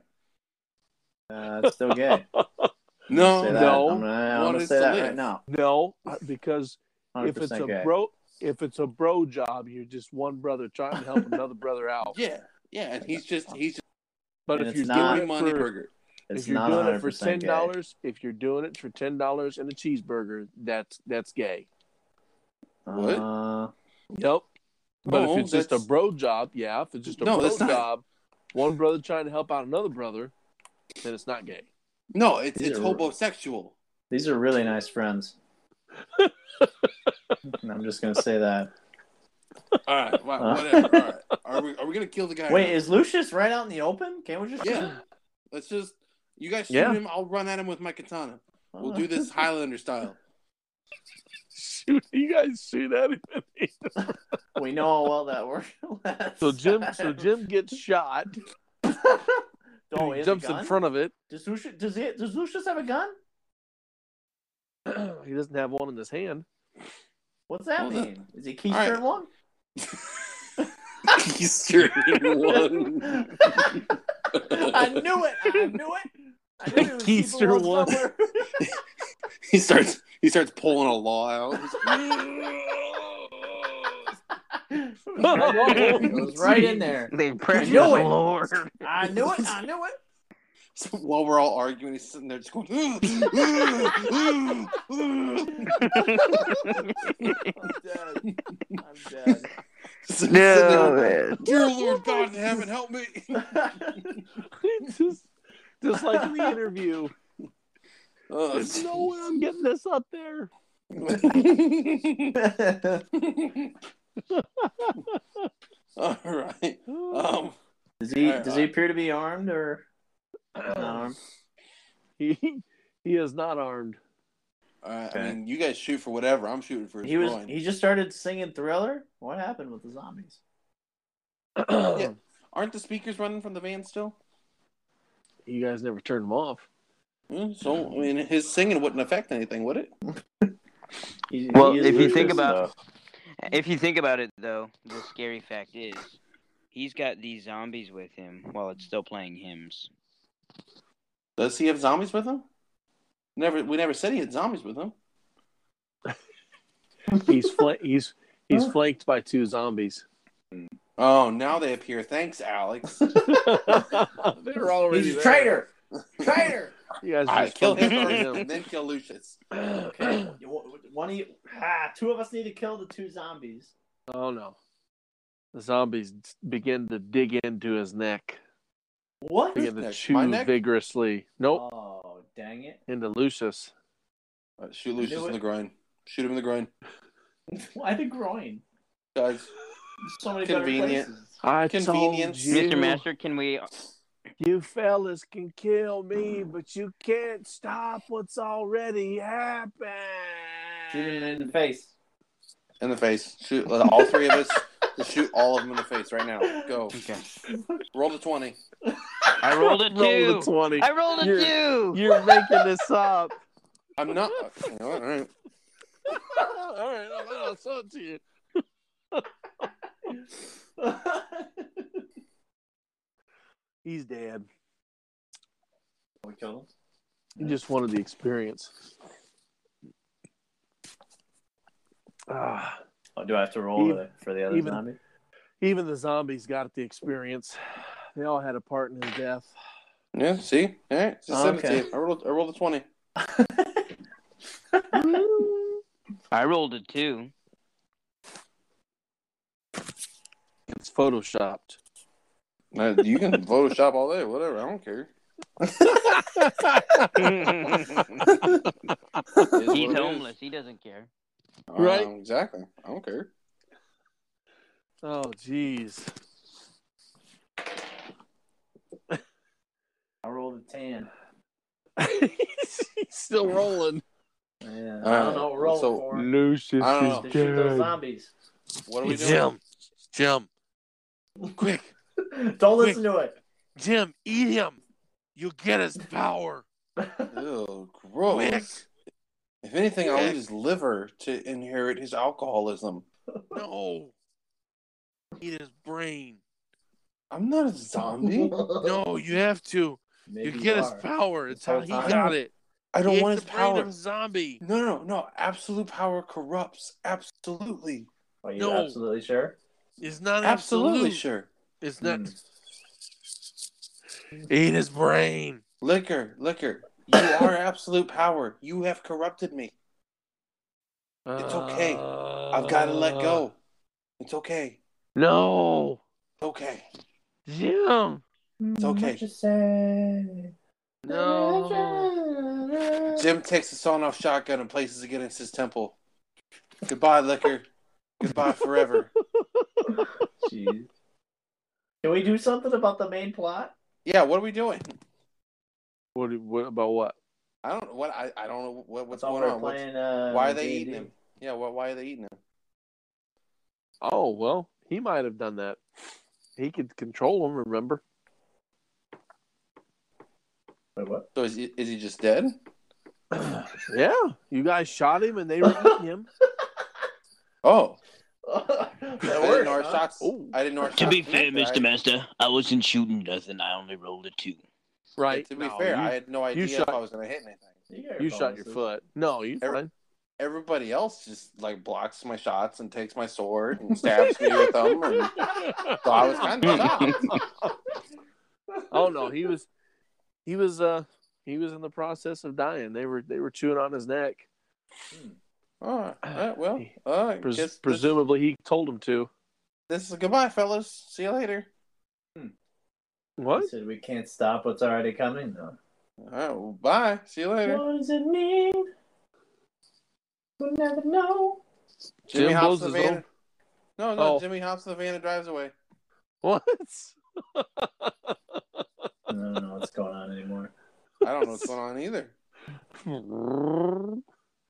Uh, it's <laughs> still gay. No, Say that. no. I'm gonna, I'm What gonna is say to that live? right now. No, uh, because 100% if it's a gay. bro, if it's a bro job, you're just one brother trying to help <laughs> another brother out. yeah, yeah, and he's just he's just But And if it's you're not- doing doing it money for burger. it's if you're not doing 100% it for ten gay. dollars, if you're doing it for ten dollars and a cheeseburger, that's that's gay. What? Uh, Yep. But No, if it's just a Oh, that's- bro job, yeah. If it's just a No, bro that's not- job, one brother trying to help out another brother, then it's not gay. No, it's These it's are- <laughs> hobosexual. these are really nice friends. I'm just gonna say that. All right, wha- whatever. All right, are we are we gonna kill the guy? or Wait, not? is Lucius right out in the open? Can't we just? Yeah. Let's just you guys shoot Yeah. him. I'll run at him with my katana. We'll do this <laughs> Highlander style. Shoot, you guys shoot at <laughs> him. <laughs> We know how well that <laughs> worked. last So Jim, time. so <laughs> Jim gets shot. Oh, oh, he jumps in front of it. Does Lucius? Does he? Does Lucius have a gun? <clears throat> he doesn't have one in his <laughs> hand. What's that Well, the- mean? Is he keystone right. one? Eastern one. I knew it. I knew it. I knew it was Keister keystone one. one. somewhere. <laughs> He starts he starts pulling a law out. He's like, <laughs> it was right in <laughs> there. They precious knew it. Lord. I knew it. I knew it. so while we're all arguing, he's sitting there just going. I'm dead. I'm So dead. he's sitting No, there, man. <laughs> Dear Lord God in heaven, help me. <laughs> <laughs> <laughs> just, just like <laughs> in the interview. Oh, There's no way I'm getting this up there. <laughs> all right. Oh. Um, Does he Alright, does he alright. appear to be armed or Uh, not armed? <sighs> he he is not armed. all right. I Okay. mean, you guys shoot for whatever. I'm shooting for his He was groin. he just started singing Thriller. What happened with the zombies? Aren't the speakers running from the van still? You guys never turned him off. Mm, So I mean, his singing wouldn't affect anything, would it? He, Well, he is if you Lucius, think about- though. If you think about it, though, the scary fact is he's got these zombies with him while it's still playing hymns. Does he have zombies with him? Never. We never said he had zombies with him. He's fl- <laughs> he's he's flanked by <laughs> two zombies. <laughs> Oh, now they appear. Thanks, Alex. They're already he's a there. traitor. <laughs> Traitor. You guys I just kill him fucking first, <laughs> him. and then kill Lucius. okay. You wa- One of you, ah, two of us need to kill the two zombies. Oh no! The zombies begin to dig into his neck. What? Begin to neck? My chew neck? vigorously. Nope, Oh dang it! <laughs> into Lucius. Uh, shoot I Lucius knew in it. the groin. Shoot him in the groin, Why the groin? guys. There's So many Convenient. better places. I Convenience. told you, Mr. Master, can we? you fellas can kill me, but you can't stop what's already Shoot him happened. in the face. In the face. Shoot uh, all three of us. Just shoot all of them in the face right now. Go. Okay. Roll the twenty. I rolled a <laughs> Roll the two. twenty. I rolled a two. You're making this up. I'm not. okay, all right. All right, I'll, I'll sell it to you. we <laughs> He's dead. killed him. He just wanted the experience. Ah, Oh, do I have to roll Even- it for the other even- zombie? even the zombies got the experience. They all had a part in his death. Yeah. See. All right. It's a Okay. seventeen. I rolled. I rolled a twenty. I rolled a two. It's photoshopped. Uh, you can Photoshop all day. Whatever. I don't care. It is what it He's is. homeless. He doesn't care. Uh, Right. exactly. I don't care. <laughs> oh, <laughs> jeez. I rolled a ten. He's still rolling. Yeah, I Alright, don't know what roll so- for. Lucius I don't To know. shoot those zombies. What are we doing? Jim, Jim, quick, Don't listen to it. Jim, eat him. You'll get his power. Ew, gross. If anything, I'll eat his liver to inherit his alcoholism. No. Eat his brain. I'm not a <laughs> zombie. No, you have to. Maybe you get his are. power. It's This how whole he time. got it. I He don't ate want the his brain power. of a zombie. No, no, no. Absolute power corrupts. Absolutely. Are you No. absolutely sure? It's not Absolutely absolute. sure. It's not. Hmm. Hmm. Eat his brain. Liquor, liquor. You are absolute power. You have corrupted me. It's okay. I've got to let Uh, go. It's okay. No, It's okay. Jim. It's okay. Just Mm, say. No. Jim takes a sawn off shotgun and places it against his temple. Goodbye, liquor. Goodbye forever. Jeez. Can we do something about the main plot? yeah, what are we doing? What, what about what? I don't know what I, I don't know what, what's That's all going we're on. What's- playing. Uh, why are they D&D. eating him? Yeah, why why are they eating him? Oh well, he might have done that. He could control him. Remember? Wait, what? <laughs> <laughs> So is he, is he just dead? yeah, you guys shot him and they were eating <laughs> him. Oh, I that didn't worked, know our huh? shots. Ooh. I didn't know our shots. To be fair, connected. Mr. I- Master, I wasn't shooting nothing. I only rolled a two. Right. To be No, fair, you, I had no idea shot- if I was going to hit anything. You, got you shot <laughs> your bonuses. foot. No, you Every- fine. <laughs> Everybody else just like blocks my shots and takes my sword and stabs me with them. And <laughs> so I was kind of shocked. Oh no, he was he was uh he was in the process of dying. They were they were chewing on his neck. All right, all right, well, all right, Pres- guess this- presumably he told him to. This is goodbye, fellas. See you later. What? He said we can't stop what's already coming, though. All right, well, bye. See you later. What does it mean? We'll never know. Jimmy Jim hops blows in the his van. own- No, no. Oh. Jimmy hops in the van and drives away. What? I don't know what's going on anymore. I don't know what's going on either.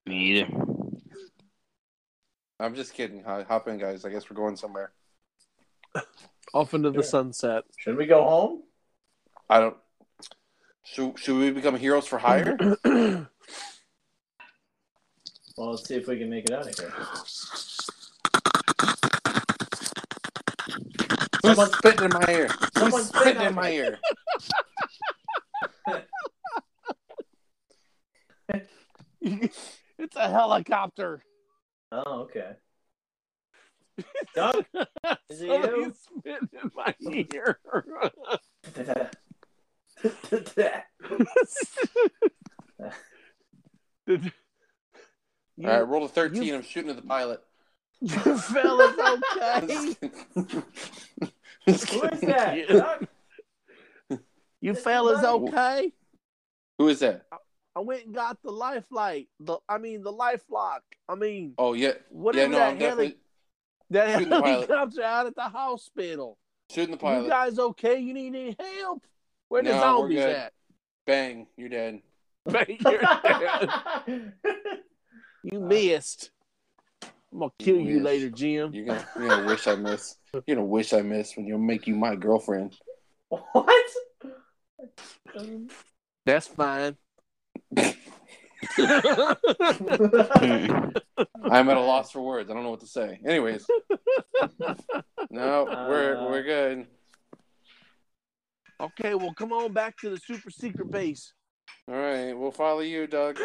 Me either. I'm just kidding. Ho- Hop in, guys. I guess we're going somewhere. Off into the Yeah. sunset. Should we go home? I don't. Should Should we become heroes for hire? Well, let's see if we can make it out of here. Someone's spitting in my ear. Someone's Someone's spitting in my ear. <laughs> it's a <laughs> helicopter. Oh, okay. <laughs> Doug? Is it you? Somebody spit in my ear. <laughs> Did you, All right, roll a thirteen. you- I'm shooting at the pilot. you fellas okay? <laughs> Just <laughs> Who is kidding. <laughs> that? Doug? You fellas okay? Who is that? I went and got the lifelight. The I mean the life lock. I mean Oh yeah, yeah. whatever No, I'm that, heli- definitely that shooting the pilot. helicopter out at the hospital. shooting the You pilot. guys okay? You need any help? Where the No, we're zombies good. at? <laughs> Bang! You're dead. Bang, you're dead. <laughs> you missed. I'm gonna kill you missed. later, Jim. You're gonna, you're gonna wish I miss. You're gonna wish I miss when you make you my girlfriend. what? <laughs> That's fine. <laughs> I'm at a loss for words. I don't know what to say. Anyways, no, we're Uh, we're good. okay, well come on back to the super secret base. All right, we'll follow you, Doug.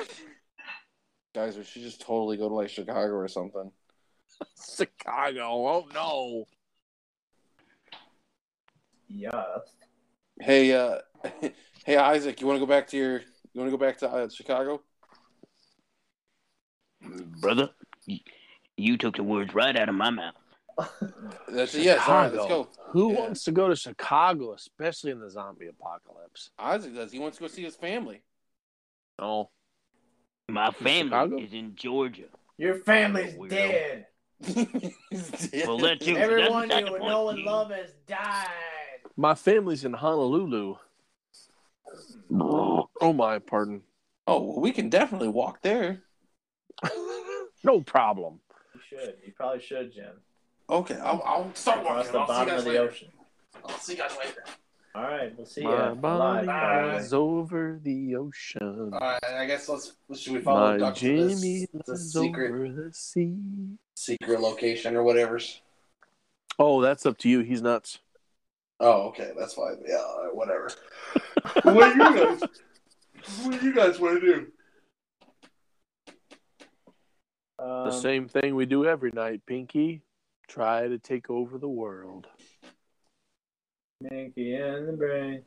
Guys, we should just totally go to like Chicago or something. Chicago. Oh no. yeah. Hey, uh, <laughs> hey Isaac, you want to go back to your? You want to go back to uh, Chicago? Brother, you, you took the words right out of my mouth. That's a yes. All right, let's Chicago. go. Who Yeah. wants to go to Chicago, especially in the zombie apocalypse? Isaac does. He wants to go see his <laughs> family. No. My family Chicago? is in Georgia. Your family's Weirdo. dead. Well, that too. Everyone that's you not the know point. and love has died. My family's in Honolulu. Oh my pardon. <laughs> Oh, well, we can definitely walk there. <laughs> no problem. You should. You probably should, Jim. Okay, I'll, I'll start walking. Across the I'll see you bottom guys of the later. ocean. I'll see you guys later. All right, we'll see you. My Alive, body by the way. lies over the ocean. All right, I guess let's should we follow My Duck to this, Jimmy this lies secret over the sea. secret location or whatever's? Oh, that's up to you. He's nuts. Oh, okay, that's fine. Yeah, all right, <laughs> whatever. what do you guys? What do you guys want to do? The Um, same thing we do every night, Pinky. Try to take over the world. Pinky and the Brain.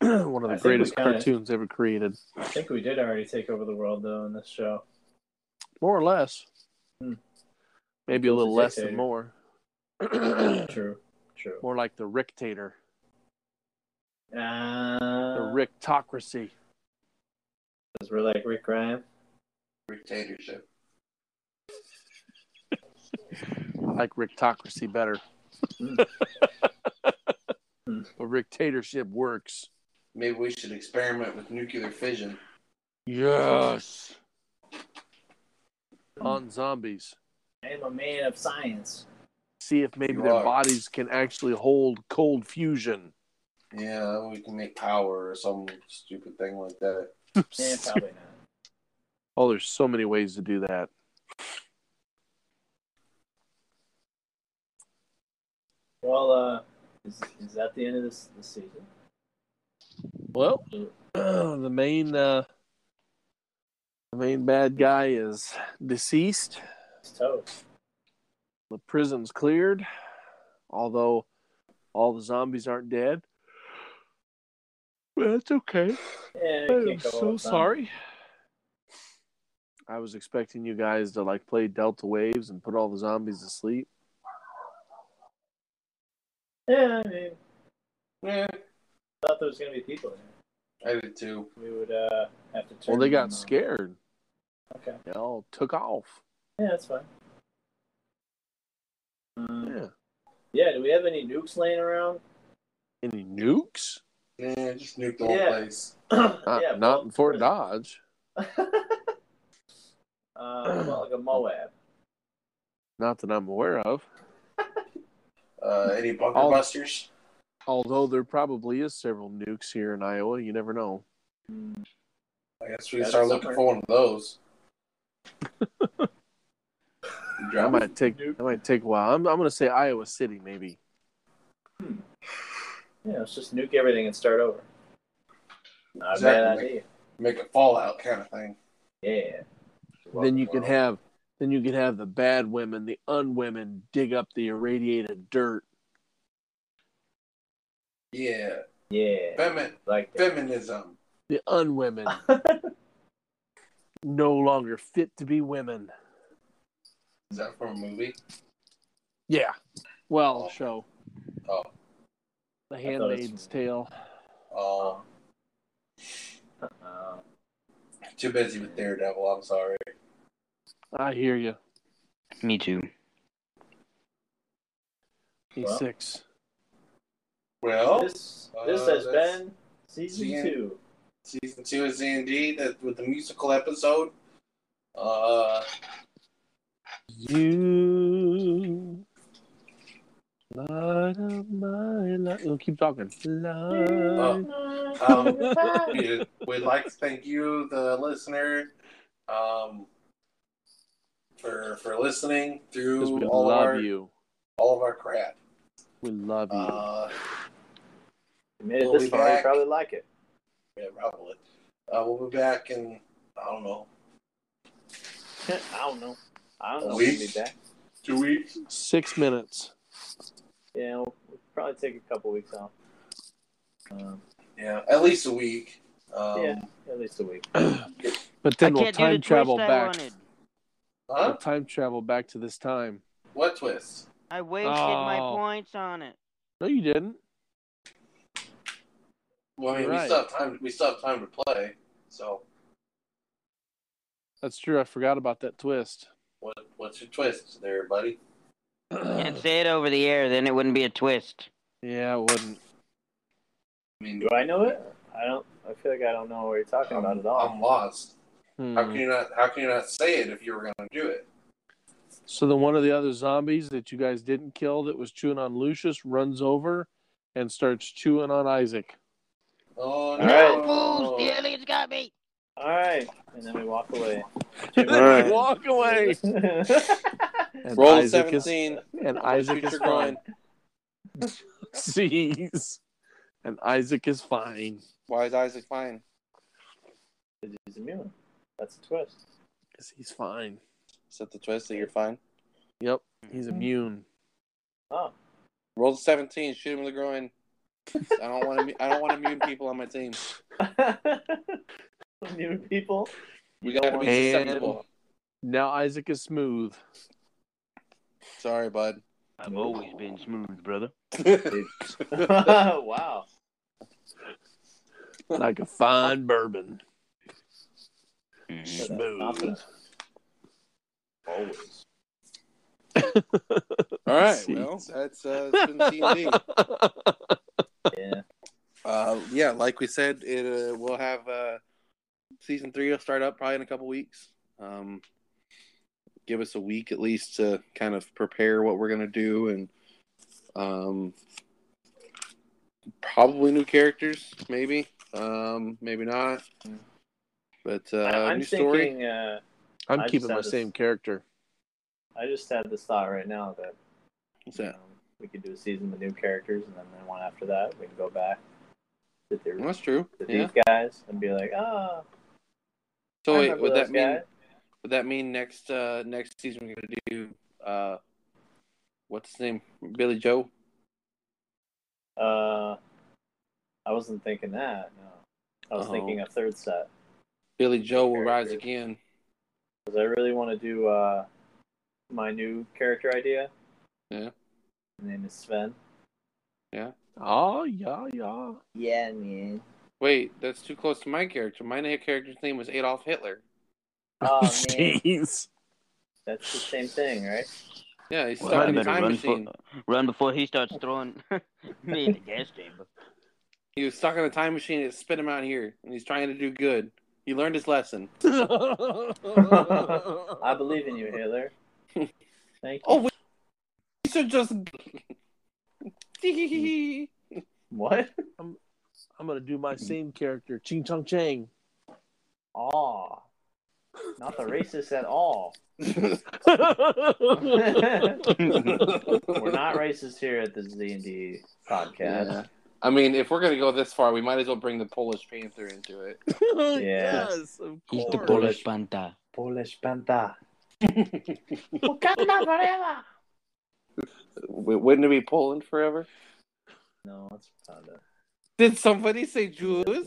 <clears throat> One of I the think we greatest kinda- cartoons ever created, I think we did already take over the world though in this show. <clears throat> more or less. Hmm. Maybe a Well, little the less than dictator. more. True. True. more like the Rictator, the Uh, Rictocracy. 'cause we're like Rick Ryan. Dictatorship. I like Rictocracy better. <laughs> Mm. Hmm. but Rictatorship works. Maybe we should experiment with nuclear fission. Yes. Hmm. On zombies. I am a man of science. See if maybe You their are. bodies can actually hold cold fusion. <laughs> Yeah, we can make power or some stupid thing like that. Eh, probably not. Oh, there's so many ways to do that. Well, uh, is, is that the end of this, this season? Well, <clears throat> the main uh, the main bad guy is deceased. It's toast. The prison's cleared, although all the zombies aren't dead. But that's okay. Yeah, you I'm can't go so up, huh? sorry. I was expecting you guys to like play Delta Waves and put all the zombies to sleep. Yeah, I mean, Yeah, I thought there was gonna be people in I did too. there. We would uh have to turn. Well, they them got on. scared. Mm-hmm. Okay. They all took off. Yeah, that's fine. Um, Yeah. yeah. Do we have any nukes laying around? Any nukes? Yeah, just nuked the whole <clears throat> Yeah. place. Not, yeah, Uh, not well, in <laughs> Fort Dodge. uh, well, Uh, like a Moab. Not that I'm aware of. <laughs> Uh, any bunker All- busters? Although there probably is several nukes here in Iowa. You never know. I guess can start looking for one of <laughs> those. That might take nuke. that might take a while. I'm I'm gonna say Iowa City maybe. Yeah, let's just nuke everything and start over. Not a bad Exactly. idea. Make a Fallout kind of thing. Yeah. then you can have then you can have the bad women, the unwomen dig up the irradiated dirt. Yeah, Yeah. Femi- Like that. feminism. The <laughs> unwomen no longer fit to be women. Is that from a movie? Yeah. Well, Oh. show. Oh. The I thought it's- Handmaid's Tale. Oh, Um, uh, too busy with Daredevil. I'm sorry. I hear you. Me too. E Well. six. Well, this this uh, has that's- been season See ya. two. season two is indeed that with the musical episode. Uh, You light up my life. Oh, keep talking. Light. um, <laughs> we, we'd like to thank you, the listener, um, for for listening <laughs> 'Cause through we all of love our you. all of our crap. We love you. Uh, You made it We'll this be far, you back. probably like it. <laughs> yeah, probably. Uh, we'll be back in I don't know I don't know. I don't know. A We'll be week? back. two weeks. Six minutes. Yeah, we'll, we'll probably take a couple weeks off. Um, Yeah, at least a week. Um, yeah, at least a week. But then I we'll can't do the time twist travel I back. wanted. We'll Huh? time travel back to this time. What twist? I wasted my Oh. points on it. No, you didn't. Well, I mean, Right. we still have time. We still have time to play. So, That's true. I forgot about that twist. what what's your twist there, buddy? Can't say it over the air, then it wouldn't be a twist. Yeah, it wouldn't. I mean, Do I know it? I don't. I feel like I don't know what you're talking about at all. I'm lost. Hmm. How can you not? How can you not say it if you were going to do <laughs> it? So then one of the other zombies that you guys didn't kill that was chewing on Lucius runs over and starts chewing on Isaac. Oh All no! right. Fools, the <laughs> aliens got me. all right, and then we walk away. <laughs> And then Alright. you walk away. And Roll a Isaac is seventeen. and Isaac is Future fine. grind. Jeez. And Isaac is fine. Why is Isaac fine? He's immune. That's a twist. 'Cause he's fine. Is that the twist that you're fine? Yep. He's immune. Oh, Roll a seventeen. Shoot him in the groin. I don't want to. I don't want immune people on my team. immune <laughs> people. <laughs> We got to be And- Oh, susceptible. Now Isaac is smooth. Sorry, bud. I've always been smooth, brother. wow. Like a fine bourbon. Mm-hmm. Mhm. Smooth. Always. All right. Well, that's uh, it's been TND. Yeah. Uh, yeah, like we said, it uh, we'll have uh, season three will start up probably in a couple weeks. Um, give us a week at least to kind of prepare what we're gonna do and um, probably new characters, maybe, um, maybe not. But uh, I'm new thinking. story. Uh, <laughs> I'm I just keeping had my this- same character. I just had this thought right now that What's that? um, we could do a season with new characters, and then the one after that we can go back to, the, Well, that's true. to Yeah. these guys and be like, ah, So I wait, remember would that those mean guys. would that mean next uh next season we're gonna do uh what's his name? Billy Joe? Uh, I wasn't thinking that. No, I was Oh. thinking a third set Billy Joe will rise Characters. again. because I really want to do uh, my new character idea. Yeah. His name is Sven. Oh yeah, yeah. Yeah, man. Wait, that's too close to my character. My na- character's name was Adolf Hitler. <laughs> Oh man, <laughs> Jeez. that's the same thing, right? Yeah, he's stuck Well, I in a better time run, for, machine. uh, run before he starts throwing <laughs> me in the gas chamber. He was stuck in a time machine and it spit him out here and he's trying to do good. He learned his lesson. I believe in <laughs> you, Hitler. Thank you. Oh we we should just <laughs> That's What? I'm gonna do my same character, Ching <laughs> Chong Chang. <laughs> Aw. Not the racist at <laughs> all. We're <laughs> not racist here at the Z and D podcast. I mean, if we're gonna go this far, we might as well bring the Polish Panther into it. Yes, of He's the course. Polish Panther. Polish <laughs> panther. W- Wouldn't it be Poland forever? No, it's panda. Did somebody say Jews?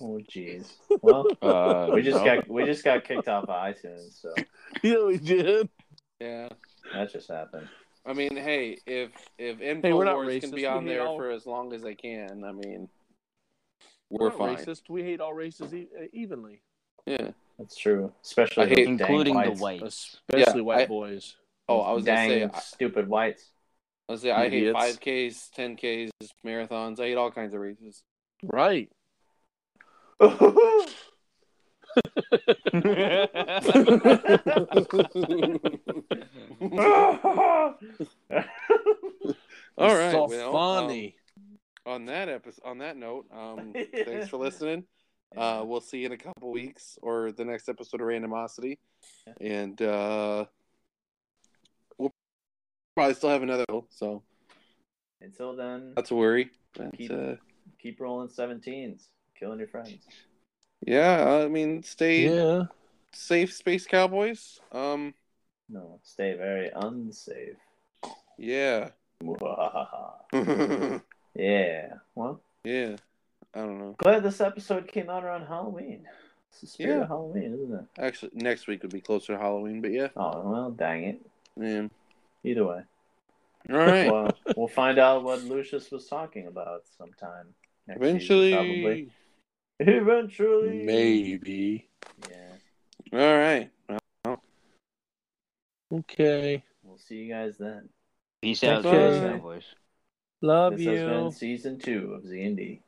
Oh jeez. Well, uh, we just got we just got kicked off of iTunes, so Yeah, we did. Yeah. that just happened. I mean, hey, if if Hey, we're not InfoWars can be racist. on We hate there all- for as long as they can, I mean, we're We're not fine. racist. We hate all races e- evenly, Yeah. That's true. Especially I hate- those dang including the whites. whites. especially Yeah, white I- boys. Oh, I was dang gonna say, I stupid whites. was gonna say, I hate Idiots. five Ks, ten Ks, marathons. I hate all kinds of <laughs> races. <laughs> Right. all It's right. So well, funny. um, on that episode, on that note, <laughs> um, thanks for listening. Uh, we'll see you in a couple weeks or the next episode of Randomosity. And uh, we'll probably still have another, so Until then, that's a worry. But, Keep- uh, keep rolling seventeens, killing your friends. yeah, I mean, stay Yeah. safe, Space Cowboys. Um, No, stay very unsafe. yeah. <laughs> yeah. yeah. Well, I don't know. glad this episode came out around Halloween. It's the spirit Yeah. of Halloween, isn't it? Actually, next week would be closer to Halloween, but yeah. Oh well, dang it. Man. Either way, All right. well, we'll find out what Lucius was talking about sometime. Next season, Eventually. probably. <laughs> Eventually, Maybe. Yeah. All right. Okay. We'll see you guys then. Peace out, Okay. Cowboys. Love this you. has been season two of Z and D.